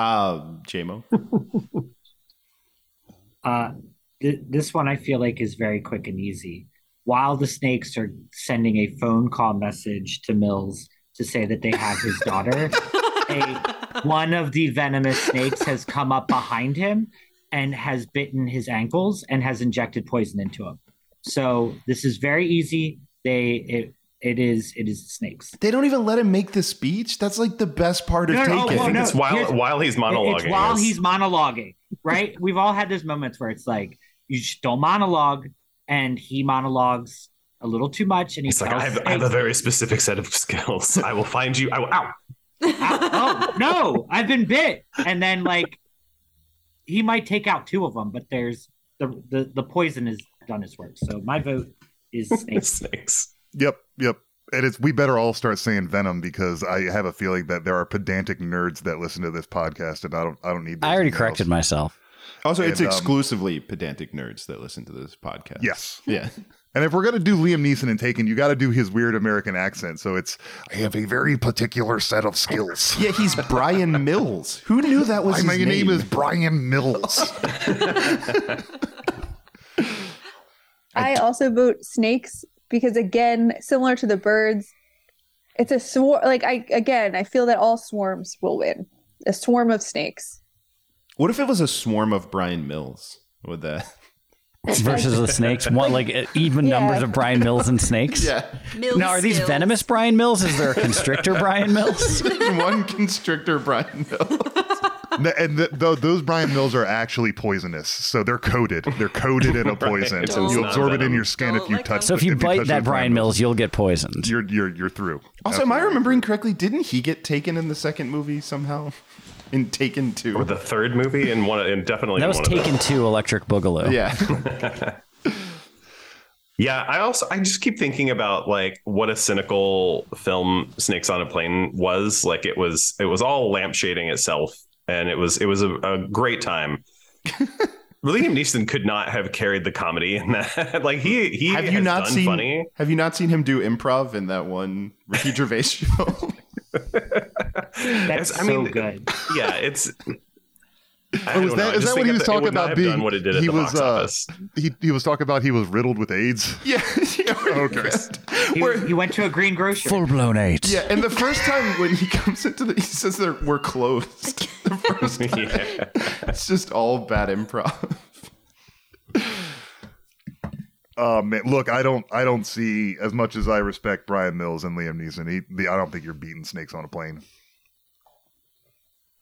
[SPEAKER 7] Um, JMO.
[SPEAKER 10] Uh, th- this one I feel like is very quick and easy. While the snakes are sending a phone call message to Mills to say that they have his daughter, a, one of the venomous snakes has come up behind him and has bitten his ankles and has injected poison into him. So this is very easy. They it it is it is snakes.
[SPEAKER 7] They don't even let him make the speech. That's like the best part of
[SPEAKER 10] No, no,
[SPEAKER 7] Taken.
[SPEAKER 10] well, no.
[SPEAKER 9] oh, it's while
[SPEAKER 10] Here's-
[SPEAKER 9] while he's monologuing.
[SPEAKER 10] It's while
[SPEAKER 9] It's-
[SPEAKER 10] he's monologuing, right? We've all had those moments where it's like you just don't monologue, and he monologues a little too much, and he
[SPEAKER 9] It's like I
[SPEAKER 10] tells-
[SPEAKER 9] have, I have a very specific set of skills. I will find you. I will. Ow.
[SPEAKER 10] oh no, I've been bit, and then like he might take out two of them, but there's the the, the poison has done its work. So my vote is snakes.
[SPEAKER 9] snakes.
[SPEAKER 8] Yep, yep. And it's we better all start saying venom because I have a feeling that there are pedantic nerds that listen to this podcast, and I don't I don't need.
[SPEAKER 11] I already corrected myself.
[SPEAKER 7] Also, it's
[SPEAKER 8] And, um,
[SPEAKER 7] exclusively pedantic nerds that listen to this podcast.
[SPEAKER 8] Yes.
[SPEAKER 7] Yeah.
[SPEAKER 8] And if we're gonna do Liam Neeson and Taken, you got to do his weird American accent. So it's I have a very particular set of skills.
[SPEAKER 7] Yeah, he's Brian Mills. Who knew that
[SPEAKER 8] I,
[SPEAKER 7] was his
[SPEAKER 8] my name
[SPEAKER 7] name?
[SPEAKER 8] is Brian Mills.
[SPEAKER 2] I also vote snakes because again, similar to the birds, it's a swarm. Like I again, I feel that all swarms will win. A swarm of snakes.
[SPEAKER 7] What if it was a swarm of Brian Mills? Would that
[SPEAKER 11] Versus the snakes, one like even
[SPEAKER 2] Yeah.
[SPEAKER 11] numbers of Brian Mills and snakes.
[SPEAKER 7] Yeah. Mills
[SPEAKER 11] now, are these
[SPEAKER 7] skills.
[SPEAKER 11] venomous Brian Mills? Is there a constrictor Brian Mills?
[SPEAKER 7] one constrictor Brian Mills.
[SPEAKER 8] Th- and th- th- those Brian Mills are actually poisonous, so they're coated. They're coated in a poison.
[SPEAKER 11] Right.
[SPEAKER 8] So
[SPEAKER 11] It's
[SPEAKER 8] you
[SPEAKER 11] not
[SPEAKER 8] absorb it in
[SPEAKER 11] venom.
[SPEAKER 8] your skin if you touch.
[SPEAKER 11] So if you bite that Brian Mills, you'll get poisoned.
[SPEAKER 8] You're you're you're through.
[SPEAKER 7] Also, am I remembering correctly? Didn't he get taken in the second movie somehow? In Taken Two
[SPEAKER 9] or the third movie, and one and definitely
[SPEAKER 11] That
[SPEAKER 9] in
[SPEAKER 11] was
[SPEAKER 9] one
[SPEAKER 11] taken to Electric Boogaloo.
[SPEAKER 7] Yeah.
[SPEAKER 9] yeah, I also I just keep thinking about like what a cynical film Snakes on a Plane was. Like it was it was all lampshading itself, and it was it was a, a great time. Liam Neeson could not have carried the comedy in that. like he he
[SPEAKER 7] have you
[SPEAKER 9] has
[SPEAKER 7] not
[SPEAKER 9] done
[SPEAKER 7] seen
[SPEAKER 9] funny.
[SPEAKER 7] Have you not seen him do improv in that one Ricky Gervais show?
[SPEAKER 10] That's
[SPEAKER 9] I mean,
[SPEAKER 10] so good.
[SPEAKER 9] Yeah, it's.
[SPEAKER 8] Oh, is that, is that what he was talking about? Being he was uh, he he was talking about he was riddled with AIDS.
[SPEAKER 7] Yeah.
[SPEAKER 8] okay.
[SPEAKER 10] He, he went to a green grocer.
[SPEAKER 11] Full blown AIDS.
[SPEAKER 7] Yeah, and the first time when he comes into the, he says that we're closed. The first time, it's just all bad improv.
[SPEAKER 8] Oh man, look, I don't, I don't see as much as I respect Brian Mills and Liam Neeson. He, the, I don't think you're beating snakes on a plane.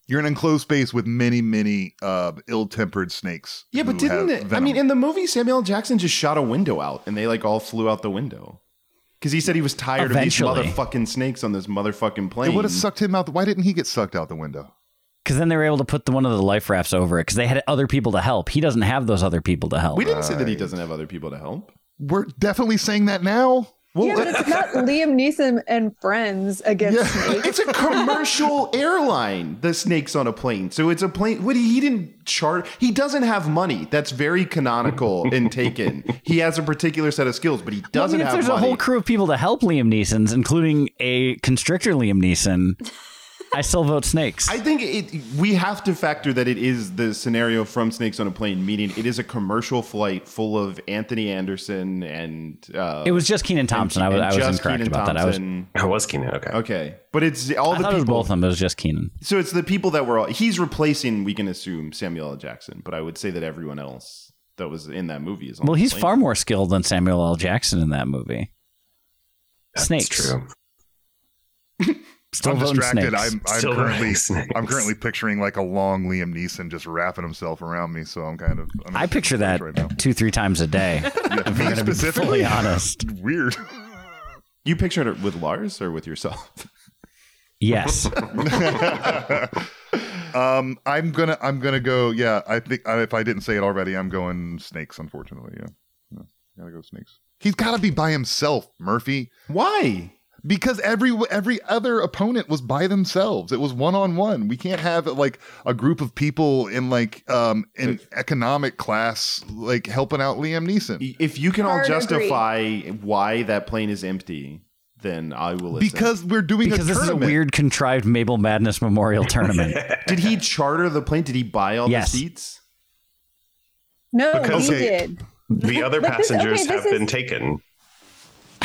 [SPEAKER 8] You're in an enclosed space with many, many uh, ill-tempered snakes.
[SPEAKER 7] Yeah, but
[SPEAKER 8] who have
[SPEAKER 7] didn't it? I
[SPEAKER 8] venom.
[SPEAKER 7] mean, in the movie, Samuel L. Jackson just shot a window out, and they like all flew out the window because he said he was tired
[SPEAKER 11] Eventually.
[SPEAKER 7] of these motherfucking snakes on this motherfucking plane.
[SPEAKER 8] it would have sucked him out. Why didn't he get sucked out the window?
[SPEAKER 11] Because then they were able to put the one of the life rafts over it because they had other people to help. He doesn't have those other people to help.
[SPEAKER 7] We didn't say that he doesn't have other people to help.
[SPEAKER 8] We're definitely saying that now.
[SPEAKER 2] yeah, but it's not Liam Neeson and friends against snakes.
[SPEAKER 7] It's a commercial airline. The snakes on a plane, so it's a plane. What he he didn't chart. He doesn't have money. That's very canonical in Taken. He has a particular set of skills, but he
[SPEAKER 11] Well, I mean,
[SPEAKER 7] doesn't
[SPEAKER 11] if
[SPEAKER 7] have
[SPEAKER 11] there's
[SPEAKER 7] money.
[SPEAKER 11] a whole crew of people to help Liam Neeson's, including a constrictor Liam Neeson, I still vote snakes.
[SPEAKER 7] I think it, we have to factor that it is the scenario from Snakes on a Plane, meaning it is a commercial flight full of Anthony Anderson and. Uh,
[SPEAKER 11] It was just Kenan Thompson. I was- I was
[SPEAKER 7] just
[SPEAKER 11] incorrect
[SPEAKER 7] Kenan
[SPEAKER 11] about that. I was-
[SPEAKER 9] I was Keenan. Okay.
[SPEAKER 7] Okay, but it's all
[SPEAKER 11] I
[SPEAKER 7] the
[SPEAKER 11] thought it was
[SPEAKER 7] people.
[SPEAKER 11] both of them. It was just Keenan.
[SPEAKER 7] so it's the people that were. All, he's replacing. We can assume Samuel L. Jackson, but I would say that everyone else that was in that movie is. On
[SPEAKER 11] Well,
[SPEAKER 7] the
[SPEAKER 11] he's
[SPEAKER 7] plane.
[SPEAKER 11] far more skilled than Samuel L. Jackson in that movie. snakes.
[SPEAKER 9] true.
[SPEAKER 11] Still
[SPEAKER 8] I'm
[SPEAKER 11] voting
[SPEAKER 8] distracted.
[SPEAKER 11] snakes.
[SPEAKER 8] I'm, I'm
[SPEAKER 11] Still voting
[SPEAKER 8] currently
[SPEAKER 9] snakes.
[SPEAKER 8] I'm currently picturing like a long Liam Neeson just wrapping himself around me. So I'm kind of I'm
[SPEAKER 11] I picture that two, three times a day. if we're
[SPEAKER 8] me
[SPEAKER 11] going to be fully
[SPEAKER 8] specifically?
[SPEAKER 11] honest.
[SPEAKER 8] weird.
[SPEAKER 7] You pictured it with Lars or with yourself?
[SPEAKER 11] Yes.
[SPEAKER 8] um, I'm gonna I'm gonna go. Yeah, I think I, if I didn't say it already, I'm going snakes. Unfortunately, yeah, yeah gotta go snakes. He's got to be by himself, Murphy.
[SPEAKER 7] Why?
[SPEAKER 8] Because every every other opponent was by themselves. It was one on one. We can't have like a group of people in like um in economic class like helping out Liam Neeson.
[SPEAKER 7] If you can all
[SPEAKER 8] Hard agree.
[SPEAKER 7] justify why that plane is empty, then I will. Listen.
[SPEAKER 8] Because we're doing
[SPEAKER 11] because
[SPEAKER 8] a
[SPEAKER 11] this is a
[SPEAKER 8] tournament.
[SPEAKER 11] weird contrived Mabel Madness Memorial Tournament.
[SPEAKER 7] did he charter the plane? Did he buy all
[SPEAKER 11] Yes.
[SPEAKER 7] the seats?
[SPEAKER 2] No,
[SPEAKER 9] Because-
[SPEAKER 2] we
[SPEAKER 9] Okay.
[SPEAKER 2] did.
[SPEAKER 9] The other
[SPEAKER 2] But this- okay,
[SPEAKER 9] passengers
[SPEAKER 2] this
[SPEAKER 9] have
[SPEAKER 2] is-
[SPEAKER 9] been taken.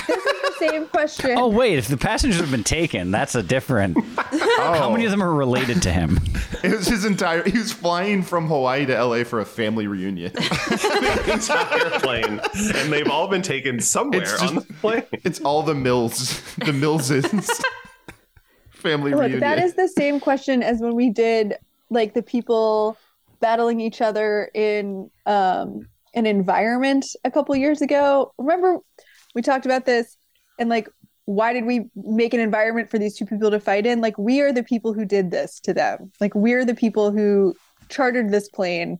[SPEAKER 2] This is the same question.
[SPEAKER 11] Oh wait, if the passengers have been taken, that's a different. How many of them are related to him?
[SPEAKER 7] It was his entire. He was flying from Hawaii to LA for a family reunion.
[SPEAKER 9] the entire plane, and they've all been taken somewhere
[SPEAKER 7] It's
[SPEAKER 9] on the
[SPEAKER 7] just-
[SPEAKER 9] plane.
[SPEAKER 7] It's all the Mills, the Millses family
[SPEAKER 2] Look,
[SPEAKER 7] reunion.
[SPEAKER 2] that is the same question as when we did like the people battling each other in um, an environment a couple years ago. Remember, we talked about this and like why did we make an environment for these two people to fight in? Like, we are the people who did this to them. Like, we're the people who chartered this plane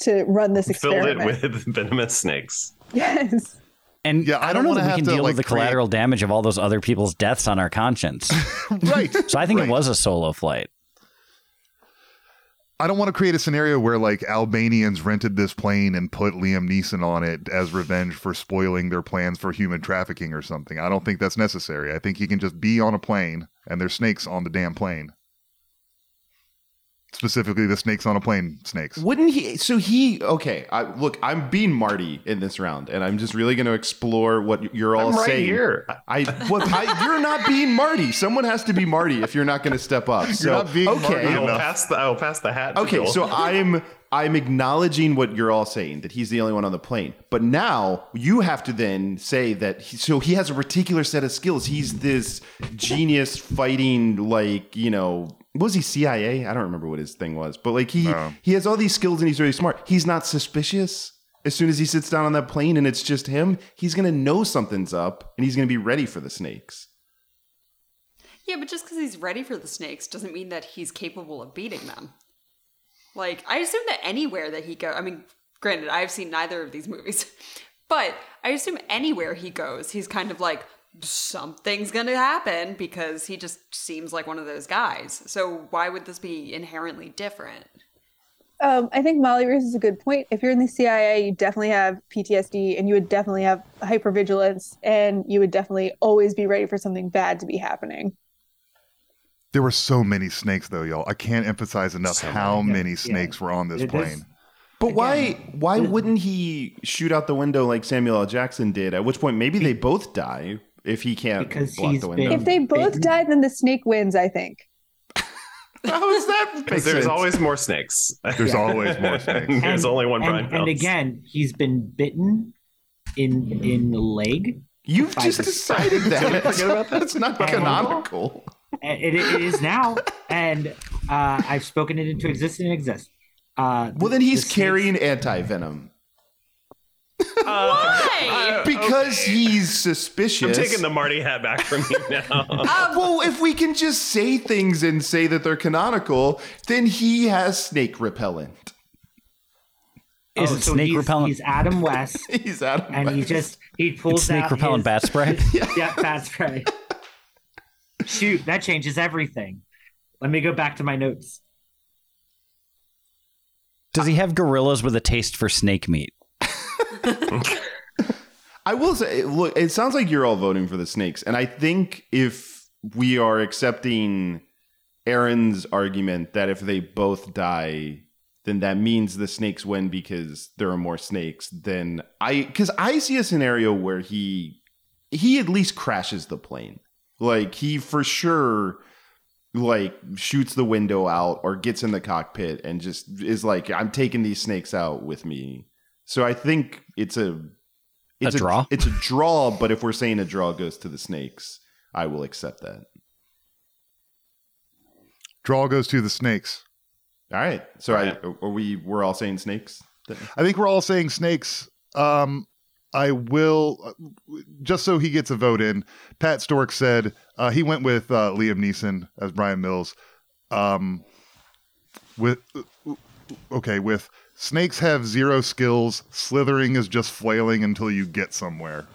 [SPEAKER 2] to run this
[SPEAKER 9] Filled
[SPEAKER 2] experiment.
[SPEAKER 9] it with venomous snakes.
[SPEAKER 2] Yes.
[SPEAKER 11] And yeah, I,
[SPEAKER 8] don't
[SPEAKER 11] don't, know
[SPEAKER 8] wanna
[SPEAKER 11] that we
[SPEAKER 8] have
[SPEAKER 11] can
[SPEAKER 8] to,
[SPEAKER 11] deal
[SPEAKER 8] like,
[SPEAKER 11] with the collateral damage of all those other people's deaths on our conscience.
[SPEAKER 8] right.
[SPEAKER 11] So I think it was a solo flight.
[SPEAKER 8] I don't want to create a scenario where like Albanians rented this plane and put Liam Neeson on it as revenge for spoiling their plans for human trafficking or something. I don't think that's necessary. I think he can just be on a plane and there's snakes on the damn plane. Specifically, the snakes on a plane snakes.
[SPEAKER 7] Wouldn't he? So he okay. I, look, I'm being Marty in this round, and I'm just really going to explore what you're all
[SPEAKER 9] I'm right
[SPEAKER 7] saying.
[SPEAKER 9] here.
[SPEAKER 7] I, well, I you're not being Marty. Someone has to be Marty if you're not going to step up. So
[SPEAKER 9] not being
[SPEAKER 7] okay,
[SPEAKER 9] Marty I will enough. pass the I will pass the hat. to
[SPEAKER 7] Okay,
[SPEAKER 9] Joel.
[SPEAKER 7] so I'm I'm acknowledging what you're all saying that he's the only one on the plane, but now you have to then say that. He, so he has a particular set of skills. He's this genius fighting, like you know. what Was he CIA? I don't remember what his thing was, but like he he has all these skills and he's really smart. He's not suspicious. As soon as he sits down on that plane and it's just him, he's gonna know something's up and he's gonna be ready for the snakes.
[SPEAKER 12] Yeah, but just because he's ready for the snakes doesn't mean that he's capable of beating them. Like, I assume that anywhere that he go, I mean, granted, I've seen neither of these movies, but I assume anywhere he goes, he's kind of like, something's gonna happen because he just seems like one of those guys. So why would this be inherently different?
[SPEAKER 2] Um, I think Molly raises a good point. If you're in the CIA, you definitely have PTSD and you would definitely have hypervigilance and you would definitely always be ready for something bad to be happening.
[SPEAKER 8] There were so many snakes though, y'all. I can't emphasize enough how many snakes were on this
[SPEAKER 7] It-
[SPEAKER 8] plane.
[SPEAKER 7] But why why wouldn't he shoot out the window like Samuel L. Jackson did? At which point maybe they both die if he can't block the window.
[SPEAKER 2] If they both die, then the snake wins, I think.
[SPEAKER 7] How is that?
[SPEAKER 9] Because there's always more snakes.
[SPEAKER 8] There's always more snakes.
[SPEAKER 9] there's only one
[SPEAKER 10] and,
[SPEAKER 9] Brian
[SPEAKER 10] and
[SPEAKER 9] Phelps.
[SPEAKER 10] again, he's been bitten in in the leg.
[SPEAKER 7] You've
[SPEAKER 10] by
[SPEAKER 7] just
[SPEAKER 10] the-
[SPEAKER 7] decided that. Forget about that. It's not canonical.
[SPEAKER 10] And It, it is now, and uh, I've spoken it into existence and exists. Uh,
[SPEAKER 7] Well, then he's carrying anti venom. Uh,
[SPEAKER 12] Why?
[SPEAKER 7] Because he's suspicious. Ah,
[SPEAKER 9] I'm taking the Marty hat back from you now.
[SPEAKER 7] well, if we can just say things and say that they're canonical, then he has snake repellent.
[SPEAKER 9] Oh,
[SPEAKER 10] Is it snake repellent? Oh, He's Adam West.
[SPEAKER 7] he's Adam,
[SPEAKER 10] and he just he pulls
[SPEAKER 11] snake
[SPEAKER 10] out
[SPEAKER 11] repellent
[SPEAKER 10] his-
[SPEAKER 11] bat spray?
[SPEAKER 10] yeah, bat spray. Shoot, that changes everything. Let me go back to my notes.
[SPEAKER 11] Does he have gorillas with a taste for snake meat?
[SPEAKER 7] I will say, look, it sounds like you're all voting for the snakes, and I think if we are accepting Aaron's argument that if they both die, then that means the snakes win because there are more snakes. Then I, because I see a scenario where he he at least crashes the plane, like he for sure like shoots the window out or gets in the cockpit and just is like i'm taking these snakes out with me so i think it's a it's a, draw it's a draw but if we're saying a draw goes to the snakes i will accept that
[SPEAKER 8] Draw goes to the snakes.
[SPEAKER 7] all right so I, are we we're all saying snakes
[SPEAKER 8] I think we're all saying snakes. Um, I will, uh, just so he gets a vote in. Pat Stork said uh, he went with uh, Liam Neeson as Brian Mills. Um, with uh, okay, with snakes have zero skills. Slithering is just flailing until you get somewhere.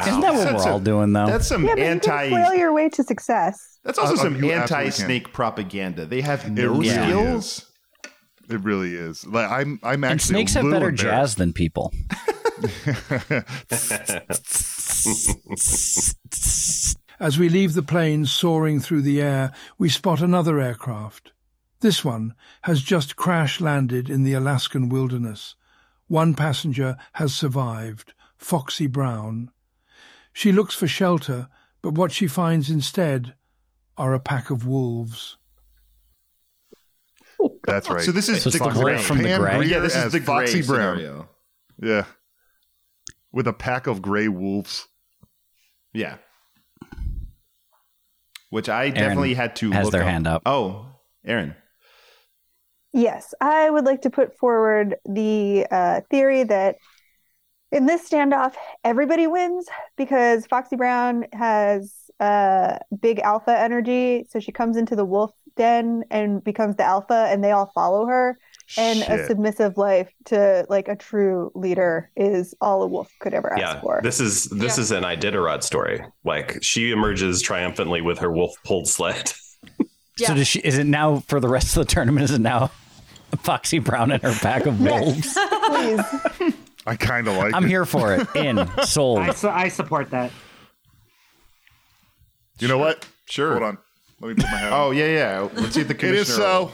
[SPEAKER 11] Isn't that what
[SPEAKER 8] That's
[SPEAKER 11] we're
[SPEAKER 8] a-
[SPEAKER 11] all doing though?
[SPEAKER 7] that's some
[SPEAKER 2] yeah, but
[SPEAKER 7] anti
[SPEAKER 2] you can flail your way to success.
[SPEAKER 7] that's also
[SPEAKER 8] Uh,
[SPEAKER 7] some
[SPEAKER 8] you absolutely
[SPEAKER 7] anti snake propaganda they have no
[SPEAKER 8] really
[SPEAKER 7] skills
[SPEAKER 8] is. It really is. Like I'm, I'm actually
[SPEAKER 11] and snakes
[SPEAKER 8] a
[SPEAKER 11] have
[SPEAKER 8] little
[SPEAKER 11] better
[SPEAKER 8] embarrassed.
[SPEAKER 11] jazz than people.
[SPEAKER 1] As we leave the plane soaring through the air, we spot another aircraft. This one has just crash landed in the Alaskan wilderness. One passenger has survived, Foxy Brown. She looks for shelter, but what she finds instead are a pack of wolves.
[SPEAKER 8] That's right.
[SPEAKER 7] so this is
[SPEAKER 1] So it's
[SPEAKER 7] the
[SPEAKER 1] like the
[SPEAKER 7] gray
[SPEAKER 1] wolf from the
[SPEAKER 7] Pam
[SPEAKER 1] gray?
[SPEAKER 7] Grier
[SPEAKER 8] Yeah,
[SPEAKER 7] this is
[SPEAKER 8] as
[SPEAKER 7] the gray
[SPEAKER 8] Foxy Brown.
[SPEAKER 7] scenario
[SPEAKER 8] Yeah, with a pack of gray wolves.
[SPEAKER 7] yeah which i definitely had to
[SPEAKER 11] has
[SPEAKER 7] look
[SPEAKER 11] their
[SPEAKER 7] up.
[SPEAKER 11] hand up.
[SPEAKER 7] oh aaron
[SPEAKER 2] Yes, I would like to put forward the uh, theory that
[SPEAKER 13] in this standoff, everybody wins because Foxy Brown has uh, big alpha energy. So she comes into the wolf den and becomes the alpha, and they all follow her. And a
[SPEAKER 9] Shit.
[SPEAKER 13] submissive life to like a true leader is all a wolf could ever ask
[SPEAKER 9] yeah,
[SPEAKER 13] for.
[SPEAKER 9] this is this is an Iditarod story. Like she emerges triumphantly with her wolf pulled sled.
[SPEAKER 11] So does she? Is it now for the rest of the tournament? Is it now Foxy Brown and her pack of wolves?
[SPEAKER 13] Please.
[SPEAKER 8] I kind of like.
[SPEAKER 11] I'm here for it. In sold.
[SPEAKER 10] I, su- I support that.
[SPEAKER 8] You know what?
[SPEAKER 7] Sure.
[SPEAKER 8] Hold on. Let me put my hat.
[SPEAKER 7] Oh yeah, yeah. Let's see if the
[SPEAKER 8] It
[SPEAKER 7] commissioner.
[SPEAKER 8] is so.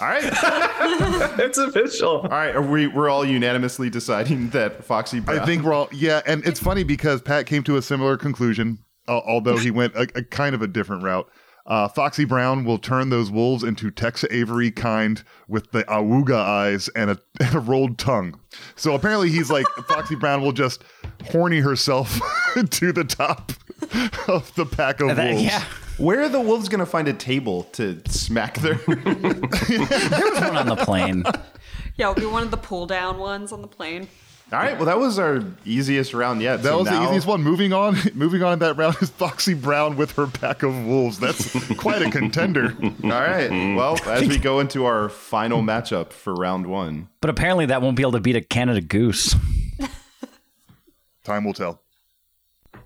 [SPEAKER 7] All right.
[SPEAKER 9] it's official. All
[SPEAKER 7] right. Are we we're all unanimously deciding that Foxy. Brown.
[SPEAKER 8] I think we're all yeah, and it's funny because Pat came to a similar conclusion, uh, although he went a, a kind of a different route. Uh, Foxy Brown will turn those wolves into Tex Avery kind with the awuga eyes and a, and a rolled tongue. So apparently he's like Foxy Brown will just horny herself to the top of the pack of wolves.
[SPEAKER 7] Where are the wolves going to find a table to smack their?
[SPEAKER 11] there was one on the plane.
[SPEAKER 12] Yeah, it'll be one of the pull down ones on the plane.
[SPEAKER 7] All right. Well, that was our easiest round yet.
[SPEAKER 8] That
[SPEAKER 7] so
[SPEAKER 8] was the
[SPEAKER 7] now-
[SPEAKER 8] easiest one. Moving on, moving on in that round is Foxy Brown with her pack of wolves. That's quite a contender.
[SPEAKER 7] All right. Well, as we go into our final matchup for round one,
[SPEAKER 11] But apparently that won't be able to beat a Canada goose.
[SPEAKER 8] Time will tell.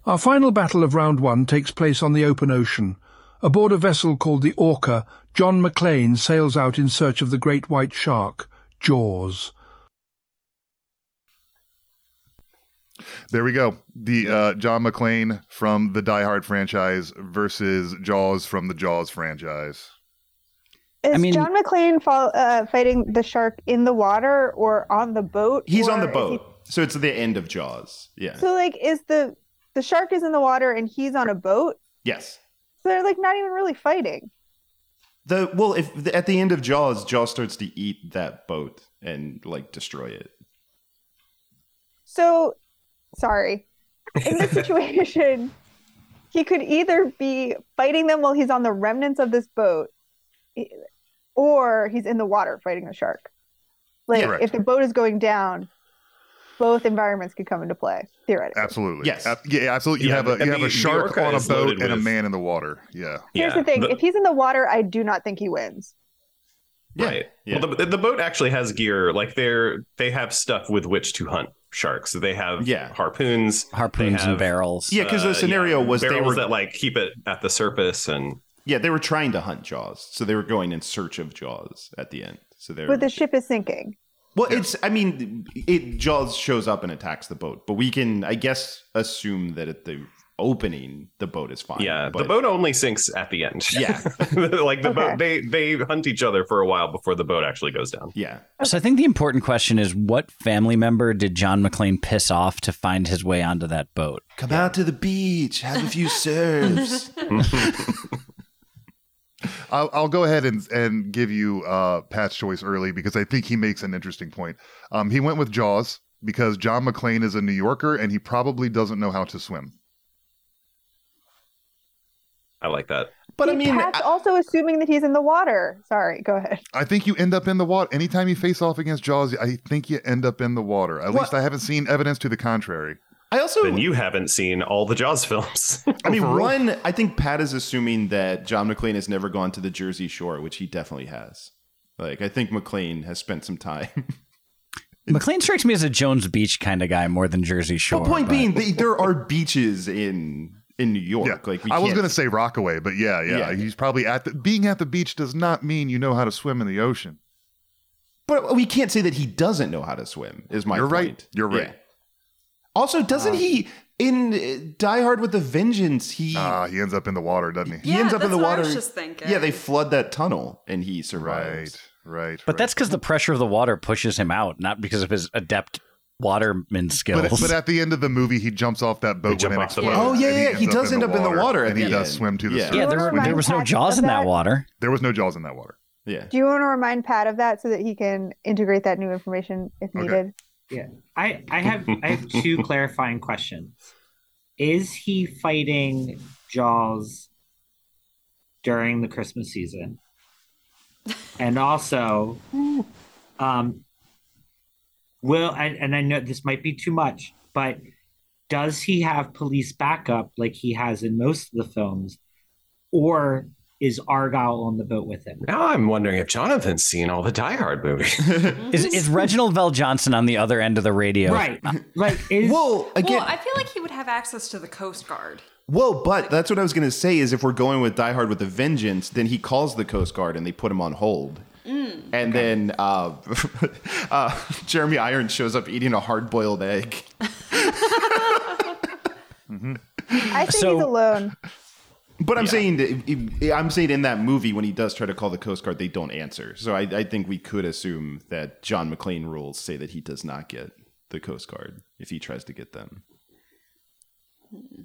[SPEAKER 1] Our final battle of round one takes place on the open ocean. Aboard a vessel called the Orca, John McLean sails out in search of the great white shark, Jaws.
[SPEAKER 8] There we go. The uh, John McClane from the Die Hard franchise versus Jaws from the Jaws franchise.
[SPEAKER 13] Is
[SPEAKER 8] mean-
[SPEAKER 13] John McClane fall, uh, fighting the shark in the water or on the boat?
[SPEAKER 7] he's on
[SPEAKER 13] or
[SPEAKER 7] the
[SPEAKER 13] is
[SPEAKER 7] boat, so it's the end of Jaws. Yeah.
[SPEAKER 13] he- So like, is the the shark is in the water and he's on a boat?
[SPEAKER 7] yes.
[SPEAKER 13] So they're like not even really fighting.
[SPEAKER 7] The well, if at the end of Jaws, Jaws starts to eat that boat and like destroy it.
[SPEAKER 13] So, sorry. In this situation, he could either be fighting them while he's on the remnants of this boat, i- or he's in the water fighting the shark. Like
[SPEAKER 8] Correct.
[SPEAKER 13] if the boat is going down, both environments could come into play theoretically.
[SPEAKER 8] Absolutely.
[SPEAKER 7] Yes.
[SPEAKER 8] Ab- yeah, absolutely. You
[SPEAKER 7] Yeah,
[SPEAKER 8] have a
[SPEAKER 7] I
[SPEAKER 8] you have
[SPEAKER 7] mean,
[SPEAKER 8] a
[SPEAKER 7] the
[SPEAKER 8] shark
[SPEAKER 7] orca
[SPEAKER 8] on a
[SPEAKER 7] is
[SPEAKER 8] boat
[SPEAKER 7] loaded
[SPEAKER 8] and a
[SPEAKER 7] with-
[SPEAKER 8] man in the water. Yeah.
[SPEAKER 13] Here's the thing:
[SPEAKER 9] the-
[SPEAKER 13] if he's in the water, I do not think he wins.
[SPEAKER 9] Right. Well, the, the boat actually has gear. Like they're they have stuff with which to hunt sharks. They have
[SPEAKER 7] Yeah.
[SPEAKER 9] harpoons,
[SPEAKER 11] harpoons
[SPEAKER 9] and
[SPEAKER 11] barrels.
[SPEAKER 7] Yeah,
[SPEAKER 8] uh,
[SPEAKER 7] 'cause the scenario was they
[SPEAKER 9] barrels
[SPEAKER 7] were-
[SPEAKER 9] that like keep it at the surface and
[SPEAKER 7] Yeah, they were trying to hunt Jaws, so they were going in search of Jaws at the end. So they're
[SPEAKER 13] But the ship is sinking.
[SPEAKER 7] well, it's I mean, it Jaws shows up and attacks the boat, but we can I guess assume that at the opening the boat is fine.
[SPEAKER 9] yeah.
[SPEAKER 7] but
[SPEAKER 9] the boat only sinks at the end.
[SPEAKER 7] Yeah.
[SPEAKER 9] like the boat, they they hunt each other for a while before the boat actually goes down.
[SPEAKER 7] Yeah.
[SPEAKER 11] So I think the important question is what family member did John McClane piss off to find his way onto that boat?
[SPEAKER 7] Come out to the beach, have a few serves.
[SPEAKER 8] I'll, I'll go ahead and, and give you uh, Pat's choice early because I think he makes an interesting point. Um, he went with Jaws because John McClane is a New Yorker and he probably doesn't know how to swim.
[SPEAKER 9] I like that.
[SPEAKER 7] But
[SPEAKER 13] I mean, Pat's also assuming that he's in the water. Sorry, go ahead.
[SPEAKER 8] I think you end up in the water. Anytime you face off against Jaws, I think you end up in the water. At least I haven't seen evidence to the contrary.
[SPEAKER 7] I also
[SPEAKER 9] Then you haven't seen all the Jaws films.
[SPEAKER 7] I mean, one, I think Pat is assuming that John McClane has never gone to the Jersey Shore, which he definitely has. Like, I think McClane has spent some time.
[SPEAKER 11] McLean strikes me as a Jones Beach kind of guy more than Jersey Shore.
[SPEAKER 7] But point
[SPEAKER 11] but-
[SPEAKER 7] being, they, there are beaches in in New York. Like, we
[SPEAKER 8] I was
[SPEAKER 7] can't-
[SPEAKER 8] going to say Rockaway, but yeah, yeah,
[SPEAKER 7] Yeah.
[SPEAKER 8] He's probably at the, being at the beach does not mean you know how to swim in the ocean.
[SPEAKER 7] but we can't say that he doesn't know how to swim. Is my
[SPEAKER 8] You're
[SPEAKER 7] point.
[SPEAKER 8] right. You're right.
[SPEAKER 7] Yeah. Also, doesn't he in uh, Die Hard with a Vengeance? He
[SPEAKER 8] Ah, he ends up in the water, doesn't he?
[SPEAKER 7] he ends up in
[SPEAKER 12] that's
[SPEAKER 7] the
[SPEAKER 12] what I
[SPEAKER 7] water.
[SPEAKER 12] was just thinking.
[SPEAKER 7] Yeah, they flood that tunnel and he survives.
[SPEAKER 8] Right. Right.
[SPEAKER 11] But that's because the pressure of the water pushes him out, not because of his adept waterman
[SPEAKER 8] But,
[SPEAKER 11] skills.
[SPEAKER 8] but at the end of the movie, he jumps off that boat.
[SPEAKER 11] jump
[SPEAKER 8] when it
[SPEAKER 11] off the
[SPEAKER 8] explodes,
[SPEAKER 11] boat. Oh, yeah,
[SPEAKER 8] and
[SPEAKER 11] yeah, he
[SPEAKER 8] ends
[SPEAKER 11] does end up in the water at
[SPEAKER 8] and he
[SPEAKER 11] the
[SPEAKER 8] does
[SPEAKER 11] end.
[SPEAKER 8] swim to the
[SPEAKER 11] Yeah.
[SPEAKER 8] surface.
[SPEAKER 11] Yeah, there- Remember there was no Pat's jaws in that that? water.
[SPEAKER 8] There was no jaws in that water.
[SPEAKER 7] Yeah.
[SPEAKER 13] Do you want to remind Pat of that so that he can integrate that new information if
[SPEAKER 10] Okay.
[SPEAKER 13] needed?
[SPEAKER 10] Yeah. I, I have I have two clarifying questions. Is he fighting Jaws during the Christmas season? And also, um, Will and, and I know this might be too much, but does he have police backup like he has in most of the films, or is Argyle on the boat with him?
[SPEAKER 9] Now I'm wondering if Jonathan's seen all the Die Hard movies.
[SPEAKER 11] Is, is Reginald Vell Johnson on the other end of the radio?
[SPEAKER 10] Right. Like,
[SPEAKER 7] whoa, again,
[SPEAKER 12] well, I feel like he would have access to the Coast Guard.
[SPEAKER 7] whoa, but that's what I was going to say is if we're going with Die Hard with a vengeance, then he calls the Coast Guard and they put him on hold. and then uh, uh, Jeremy Irons shows up eating a hard boiled egg.
[SPEAKER 2] I think
[SPEAKER 7] So-
[SPEAKER 2] he's alone.
[SPEAKER 7] But I'm saying that i- i- I'm saying in that movie when he does try to call the Coast Guard, they don't answer. So I, I think we could assume that John McClane rules say that he does not get the Coast Guard if he tries to get them.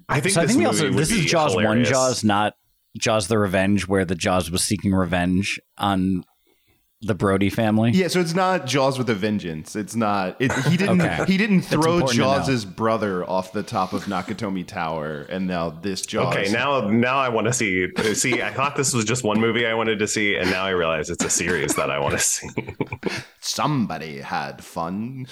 [SPEAKER 9] I think
[SPEAKER 11] so I think
[SPEAKER 9] this
[SPEAKER 11] we
[SPEAKER 9] movie
[SPEAKER 11] also
[SPEAKER 9] would
[SPEAKER 11] this is
[SPEAKER 9] be
[SPEAKER 11] Jaws one
[SPEAKER 9] hilarious.
[SPEAKER 11] Jaws, not Jaws the Revenge, where the Jaws was seeking revenge on the Brody family.
[SPEAKER 7] Yeah, so it's not Jaws with a vengeance. It's not. It, he didn't.
[SPEAKER 11] Okay.
[SPEAKER 7] He didn't
[SPEAKER 11] That's
[SPEAKER 7] throw
[SPEAKER 11] important to know.
[SPEAKER 7] Jaws's brother off the top of Nakatomi Tower, and now this Jaws.
[SPEAKER 9] Okay, now now I want to see. See, I thought this was just one movie I wanted to see, and now I realize it's a series that I want to see.
[SPEAKER 7] somebody had fun.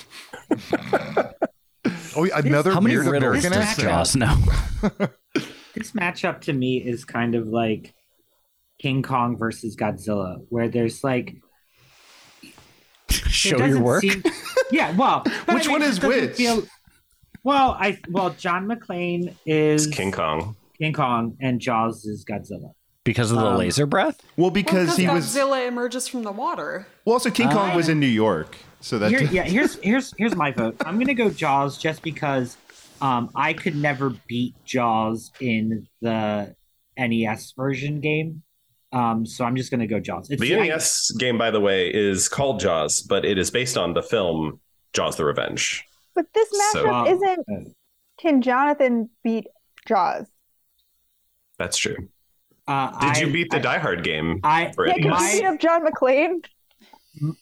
[SPEAKER 8] Oh, another
[SPEAKER 11] How many
[SPEAKER 8] weird
[SPEAKER 11] riddles
[SPEAKER 8] American
[SPEAKER 11] does
[SPEAKER 8] accent.
[SPEAKER 11] Jaws know?
[SPEAKER 10] this matchup to me is kind of like King Kong versus Godzilla, where there's like
[SPEAKER 11] show
[SPEAKER 10] your
[SPEAKER 11] work?
[SPEAKER 10] yeah, well, but
[SPEAKER 7] Which
[SPEAKER 10] I mean,
[SPEAKER 7] one
[SPEAKER 10] it
[SPEAKER 7] is
[SPEAKER 10] doesn't
[SPEAKER 7] which?
[SPEAKER 10] feel- well, I well John McClane is
[SPEAKER 9] King Kong.
[SPEAKER 10] King Kong and Jaws is Godzilla.
[SPEAKER 11] Because of the
[SPEAKER 10] Um,
[SPEAKER 11] laser breath?
[SPEAKER 7] Well,
[SPEAKER 12] Well, because
[SPEAKER 7] because he was.
[SPEAKER 12] Godzilla emerges from the water.
[SPEAKER 7] Well, also King Kong
[SPEAKER 10] Ah.
[SPEAKER 7] was in New York, so that.
[SPEAKER 10] Here, yeah, here's here's here's my vote. I'm gonna go Jaws just because um, I could never beat Jaws in the NES version game. Um, so I'm just gonna go Jaws. It's
[SPEAKER 9] The NES game, by the way, is called Jaws, but it is based on the film Jaws: The Revenge.
[SPEAKER 2] But this
[SPEAKER 9] So-
[SPEAKER 2] matchup isn't. Can Jonathan beat Jaws?
[SPEAKER 9] That's true.
[SPEAKER 10] Uh,
[SPEAKER 9] Did
[SPEAKER 10] I-
[SPEAKER 9] you beat the Die Hard game?
[SPEAKER 10] I
[SPEAKER 9] for
[SPEAKER 2] Yeah,
[SPEAKER 9] NES?
[SPEAKER 2] can he beat up John McClane?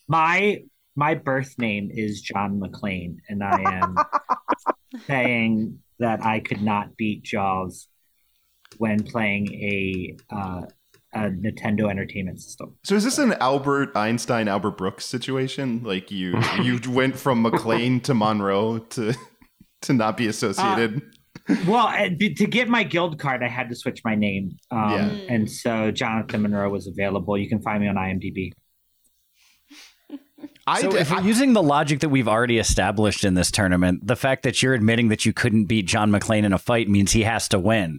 [SPEAKER 10] my my birth name is John McClane, and I am saying that I could not beat Jaws when playing a uh, a Nintendo Entertainment System.
[SPEAKER 7] So is this an Albert Einstein, Albert Brooks situation? Like you, you went from McLean to Monroe to to not be associated.
[SPEAKER 10] Uh, Well, and b- to get my guild card, I had to switch my name, um,
[SPEAKER 7] Yeah.
[SPEAKER 10] and so Jonathan Monroe was available. You can find me on IMDb.
[SPEAKER 7] I
[SPEAKER 11] so
[SPEAKER 7] d-
[SPEAKER 11] if we're using the logic that we've already established in this tournament, the fact that you're admitting that you couldn't beat John McClane in a fight means he has to win.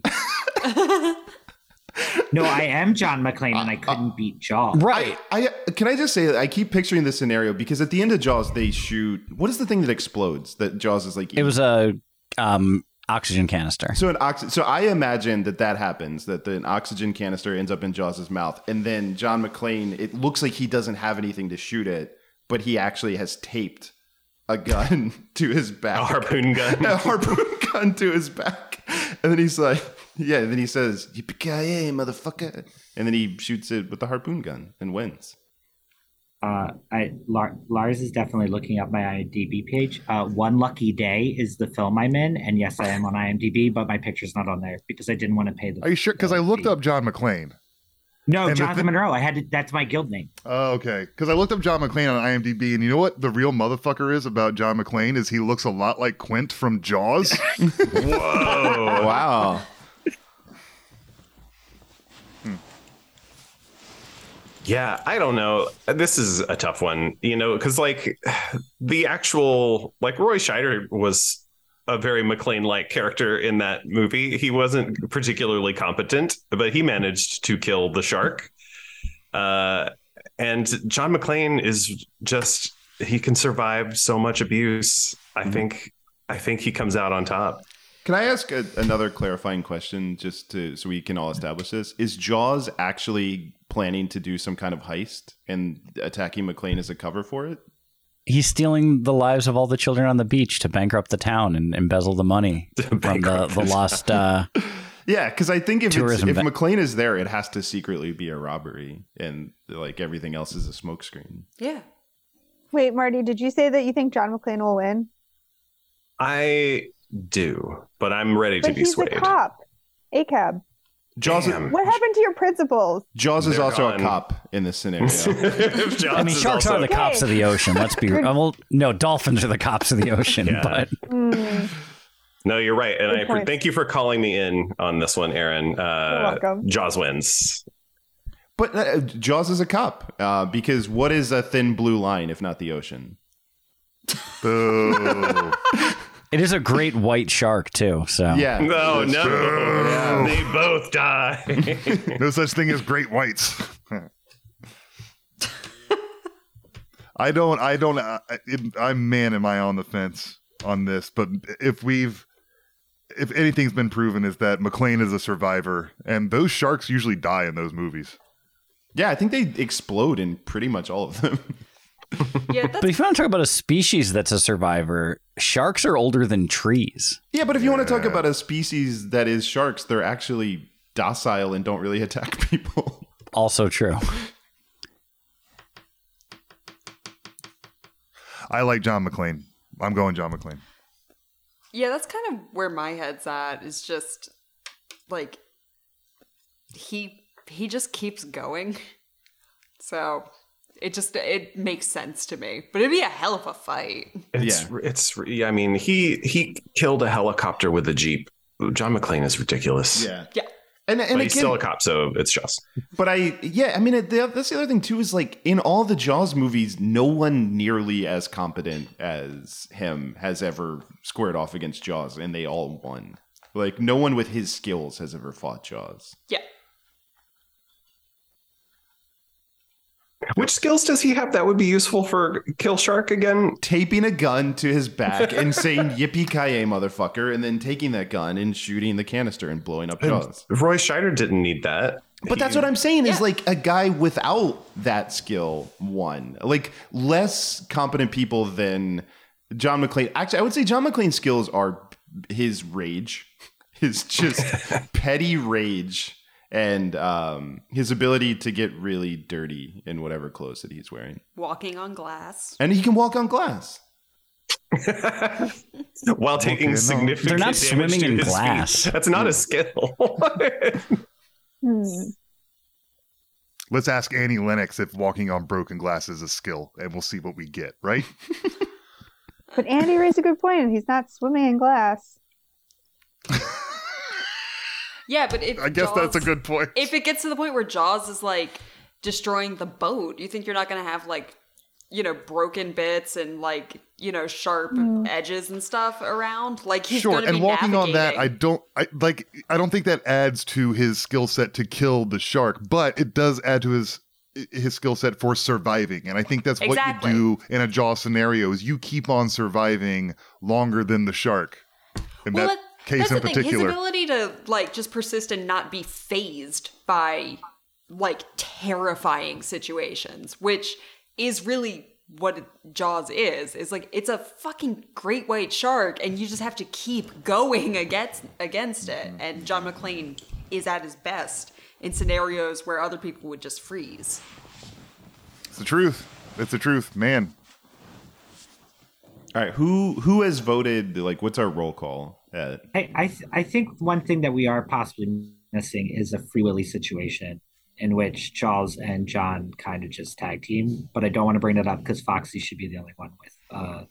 [SPEAKER 10] No, I am John McClane, and I couldn't beat
[SPEAKER 7] uh,
[SPEAKER 10] Jaws.
[SPEAKER 11] Right.
[SPEAKER 7] I can I just say I keep picturing this scenario because at the end of Jaws they shoot what is the thing that explodes that Jaws is like
[SPEAKER 11] It was a um, oxygen canister.
[SPEAKER 7] so an ox- so I imagine that that happens that the, an oxygen canister ends up in Jaws's mouth and then John McClane it looks like he doesn't have anything to shoot at but he actually has taped a gun to his back a
[SPEAKER 9] harpoon gun
[SPEAKER 7] a harpoon gun to his back and then he's like yeah and then he says yippee motherfucker and then he shoots it with the harpoon gun and wins.
[SPEAKER 10] uh, I, Lar- Lars is definitely looking up my IMDb page. Uh, One Lucky Day is the film I'm in, and yes, I am on IMDb, but my picture's not on there because I didn't want to pay the.
[SPEAKER 8] Are you sure? Because I looked up John McClane.
[SPEAKER 10] No,
[SPEAKER 8] And the
[SPEAKER 10] Jonathan
[SPEAKER 8] thi-
[SPEAKER 10] Monroe. I had to, that's my guild name.
[SPEAKER 8] Oh, okay. Because I looked up John McClane on IMDb, and you know what the real motherfucker is about John McClane is he looks a lot like Quint from Jaws.
[SPEAKER 9] Whoa!
[SPEAKER 7] wow.
[SPEAKER 9] Yeah, I don't know. This is a tough one, you know, because like the actual like Roy Scheider was a very McLean like character in that movie. He wasn't particularly competent, but he managed to kill the shark. Uh, and John McClane is just he can survive so much abuse. I think I think he comes out on top.
[SPEAKER 7] Can I ask a, another clarifying question, just to so we can all establish this? Is Jaws actually planning to do some kind of heist and attacking McLean as a cover for it?
[SPEAKER 11] He's stealing the lives of all the children on the beach to bankrupt the town and embezzle the money from the, the lost. Uh,
[SPEAKER 7] Yeah, because I think if it's,
[SPEAKER 11] Tourism
[SPEAKER 7] if
[SPEAKER 11] ba-
[SPEAKER 7] McLean is there, it has to secretly be a robbery, and like everything else is a smokescreen.
[SPEAKER 12] Yeah.
[SPEAKER 2] Wait, Marty, did you say that you think John McClane will win?
[SPEAKER 9] I do, but I'm ready to
[SPEAKER 2] But
[SPEAKER 9] be
[SPEAKER 2] he's
[SPEAKER 9] swayed.
[SPEAKER 2] a cop. A cab.
[SPEAKER 7] Jaws.
[SPEAKER 2] What happened to your principles?
[SPEAKER 7] Jaws is
[SPEAKER 9] They're
[SPEAKER 7] also
[SPEAKER 9] gone.
[SPEAKER 7] a cop in this scenario.
[SPEAKER 11] I mean, sharks are the cops of the ocean. Let's be
[SPEAKER 2] Good.
[SPEAKER 11] well. No, dolphins are the cops of the ocean. But
[SPEAKER 9] No, you're right, and
[SPEAKER 2] Good
[SPEAKER 9] I
[SPEAKER 2] point.
[SPEAKER 9] thank you for calling me in on this one, Aaron. Uh,
[SPEAKER 2] welcome.
[SPEAKER 9] Jaws wins.
[SPEAKER 7] But uh, Jaws is a cop uh, because what is a thin blue line if not the ocean?
[SPEAKER 8] Boo.
[SPEAKER 11] it is a great white shark too. So
[SPEAKER 7] Yeah.
[SPEAKER 9] No,
[SPEAKER 7] That's
[SPEAKER 9] no,
[SPEAKER 8] true.
[SPEAKER 9] they both die.
[SPEAKER 8] no such thing as great whites. I don't. I don't. I, I- I'm man. Am I on the fence on this? But if we've, if anything's been proven, is that McLean is a survivor, and those sharks usually die in those movies.
[SPEAKER 7] Yeah, I think they explode in pretty much all of them.
[SPEAKER 12] Yeah, that's
[SPEAKER 11] But if you want to talk about a species that's a survivor, sharks are older than trees.
[SPEAKER 7] yeah, but if you want to talk about a species that is sharks, they're actually docile and don't really attack people.
[SPEAKER 11] Also true.
[SPEAKER 8] I like John McLean. I'm going John McLean.
[SPEAKER 12] yeah, that's kind of where my head's at. Is just like he he just keeps going, so it just it makes sense to me. But it'd be a hell of a fight.
[SPEAKER 9] It's it's. Yeah, I mean, he he killed a helicopter with a jeep. John McClane is ridiculous.
[SPEAKER 12] Yeah.
[SPEAKER 7] And,
[SPEAKER 9] but
[SPEAKER 7] and
[SPEAKER 9] he's
[SPEAKER 7] again,
[SPEAKER 9] still a cop, so it's Jaws.
[SPEAKER 7] But I, yeah, I mean, it- the- that's the other thing too is like in all the Jaws movies, no one nearly as competent as him has ever squared off against Jaws, and they all won. Like no one with his skills has ever fought Jaws.
[SPEAKER 12] Yeah.
[SPEAKER 9] Which skills does he have that would be useful for Kill Shark again?
[SPEAKER 7] Taping a gun to his back and saying "Yippee ki yay, motherfucker," and then taking that gun and shooting the canister and blowing up Jaws.
[SPEAKER 9] Roy Scheider didn't need that.
[SPEAKER 7] But that's what I'm saying is like a guy without that skill won. Like less competent people than John McClane. Actually, I would say John McClane's skills are his rage, his just petty rage, and um, his ability to get really dirty in whatever clothes that he's wearing.
[SPEAKER 12] Walking on glass.
[SPEAKER 7] And he can walk on glass.
[SPEAKER 9] While taking
[SPEAKER 8] no.
[SPEAKER 9] significant
[SPEAKER 11] They're not
[SPEAKER 9] damage
[SPEAKER 11] swimming
[SPEAKER 9] to
[SPEAKER 11] in
[SPEAKER 9] his feet.
[SPEAKER 11] glass.
[SPEAKER 9] That's not a skill.
[SPEAKER 2] Hmm.
[SPEAKER 8] Let's ask Annie Lennox if walking on broken glass is a skill, and we'll see what we get. Right?
[SPEAKER 2] But Andy raised a good point, and he's not swimming in glass.
[SPEAKER 12] Yeah, but if
[SPEAKER 8] I guess that's a
[SPEAKER 12] Jaws-
[SPEAKER 8] good point.
[SPEAKER 12] If it gets to the point where Jaws is like destroying the boat, you think you're not gonna have like you know broken bits and like you know sharp edges and stuff around? Like he's
[SPEAKER 8] sure
[SPEAKER 12] gonna
[SPEAKER 8] and
[SPEAKER 12] be
[SPEAKER 8] walking on that i
[SPEAKER 12] navigating.
[SPEAKER 8] don't i like i don't think that adds to his skill set to kill the shark but it does add to his his skill set for surviving and i think that's
[SPEAKER 12] Exactly.
[SPEAKER 8] what you do in a jaw scenario is you keep on surviving longer than the shark in that
[SPEAKER 12] that-
[SPEAKER 8] case in
[SPEAKER 12] the thing.
[SPEAKER 8] particular
[SPEAKER 12] His ability to like just persist and not be phased by like terrifying situations, which is really what Jaws is. Is like it's a fucking great white shark, and you just have to keep going against against
[SPEAKER 8] Mm-hmm.
[SPEAKER 12] it. And John McClane is at his best in scenarios where other people would just freeze.
[SPEAKER 8] it's the truth it's the truth man
[SPEAKER 7] All right, who who has voted? Like, what's our roll call? Uh,
[SPEAKER 10] I I, th- I think one thing that we are possibly missing is a free willy situation in which Charles and John kind of just tag team. But I don't want to bring that up because Foxy should be the only one with uh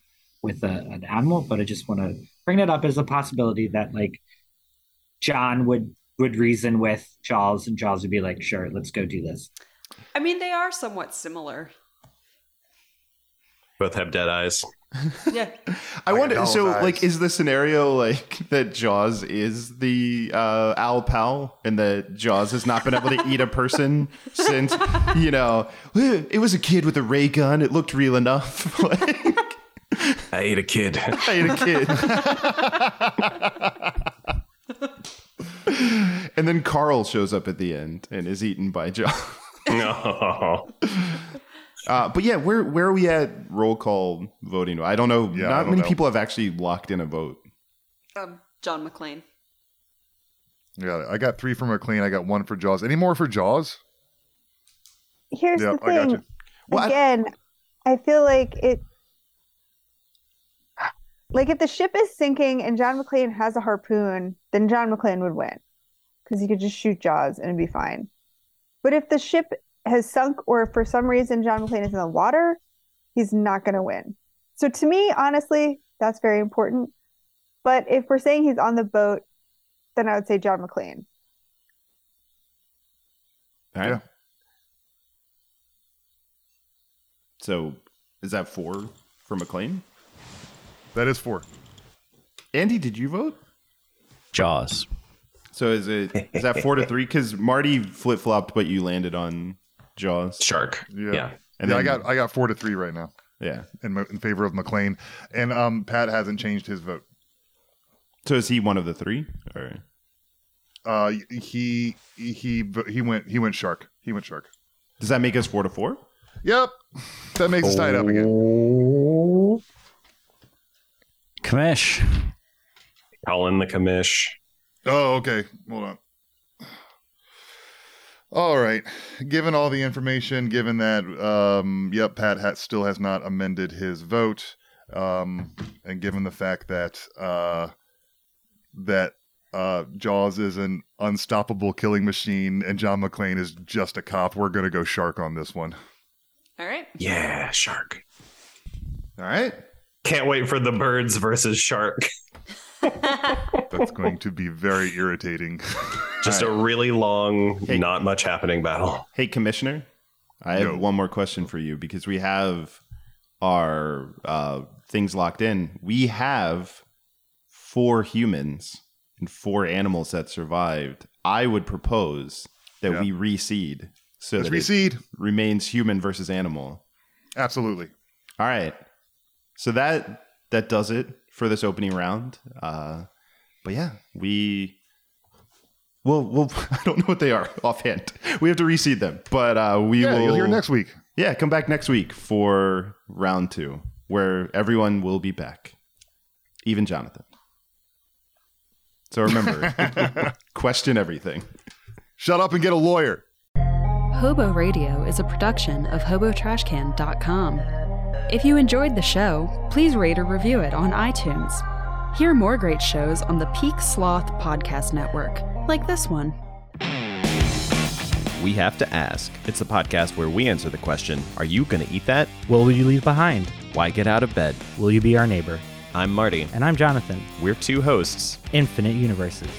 [SPEAKER 10] with a, an animal. But I just want to bring that up as a possibility that like John would would reason with Charles and Charles would be like, sure, let's go do this.
[SPEAKER 12] I mean, they are somewhat similar.
[SPEAKER 9] Both have dead eyes.
[SPEAKER 12] Yeah,
[SPEAKER 7] I wonder.
[SPEAKER 8] all
[SPEAKER 7] So,
[SPEAKER 8] eyes.
[SPEAKER 7] like, is the scenario like that Jaws is the uh, owl pal, and that Jaws has not been able to eat a person since you know it was a kid with a ray gun. It looked real enough. like,
[SPEAKER 9] I ate a kid.
[SPEAKER 7] I ate a kid, and then Carl shows up at the end and is eaten by Jaws.
[SPEAKER 9] no.
[SPEAKER 7] Uh, but yeah, where where are we at roll call voting? I don't know.
[SPEAKER 8] Yeah, I
[SPEAKER 7] not
[SPEAKER 8] don't
[SPEAKER 7] many
[SPEAKER 8] know.
[SPEAKER 7] people have actually locked in a vote.
[SPEAKER 12] um, John McClane.
[SPEAKER 8] yeah i got three for mclean i got one for jaws any more for jaws
[SPEAKER 2] Here's
[SPEAKER 8] Yep,
[SPEAKER 2] the
[SPEAKER 8] I got
[SPEAKER 2] thing.
[SPEAKER 8] you. Well, I-
[SPEAKER 2] Again, I feel like it. Like if the ship is sinking and John McClane has a harpoon, then John McClane would win.
[SPEAKER 13] because you could just shoot Jaws and it'd be fine. But if the ship has sunk or if for some reason John McClane is in the water, he's not going to win. So to me, honestly, that's very important. But if we're saying he's on the boat, then I would say John McClane.
[SPEAKER 7] All right. So is that four for McLean?
[SPEAKER 8] That is four.
[SPEAKER 7] Andy, did you vote?
[SPEAKER 11] Jaws.
[SPEAKER 7] So is it is that four to three? Because Marty flip flopped, but you landed on Jaws.
[SPEAKER 6] Shark.
[SPEAKER 8] Yeah. yeah, I got I got four to three right now.
[SPEAKER 7] Yeah,
[SPEAKER 8] in, mo- in favor of McLean, and um, Pat hasn't changed his vote.
[SPEAKER 7] So is he one of the three? Or
[SPEAKER 8] Uh, he he he went he went shark. He went shark.
[SPEAKER 7] does that make us four to four?
[SPEAKER 8] Yep, that makes us tied up again.
[SPEAKER 11] Commish.
[SPEAKER 6] Colin the commish.
[SPEAKER 8] Oh, okay. Hold on. All right. Given all the information, given that, um, yep, Pat ha- still has not amended his vote, um, and given the fact that uh, that uh, Jaws is an unstoppable killing machine and John McClane is just a cop, we're gonna go shark on this one.
[SPEAKER 14] All right.
[SPEAKER 6] Yeah, shark.
[SPEAKER 8] All right.
[SPEAKER 6] Can't wait for the birds versus shark.
[SPEAKER 8] That's
[SPEAKER 9] Oh.
[SPEAKER 8] going to be very irritating.
[SPEAKER 6] Just a really long, not much happening battle.
[SPEAKER 7] Hey, Commissioner, I have one more question for you because we have our uh, things locked in. We have four humans and four animals that survived. I would propose that we reseed so
[SPEAKER 8] Let's
[SPEAKER 7] that it remains human versus animal.
[SPEAKER 8] Absolutely.
[SPEAKER 7] All right. So that that does it for this opening round. Uh, but yeah, we well, well, I don't know what they are offhand. We have to reseed them, but uh, we
[SPEAKER 8] Yeah,
[SPEAKER 7] will
[SPEAKER 8] you'll hear next week.
[SPEAKER 7] Yeah, come back next week for round two, where everyone will be back, even Jonathan. So remember, question everything.
[SPEAKER 8] Shut up and get a lawyer.
[SPEAKER 12] Hobo Radio is a production of HoboTrashCan.com. If you enjoyed the show, please rate or review it on iTunes. Hear more great shows on the Peak Sloth Podcast Network, like this one.
[SPEAKER 9] We Have to Ask. It's the podcast where we answer the question Are you going to eat that? What will you leave behind? Why get out of bed? Will you be our neighbor? I'm Marty.
[SPEAKER 10] And I'm Jonathan.
[SPEAKER 9] We're two hosts.
[SPEAKER 10] Infinite Universes.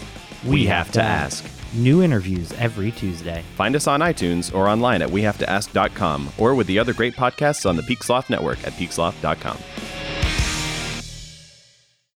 [SPEAKER 9] We have to ask.
[SPEAKER 10] New interviews every Tuesday.
[SPEAKER 9] Find us on iTunes or online at wehavetoask.com or with the other great podcasts on the Peaksloth Network at peaksloth.com.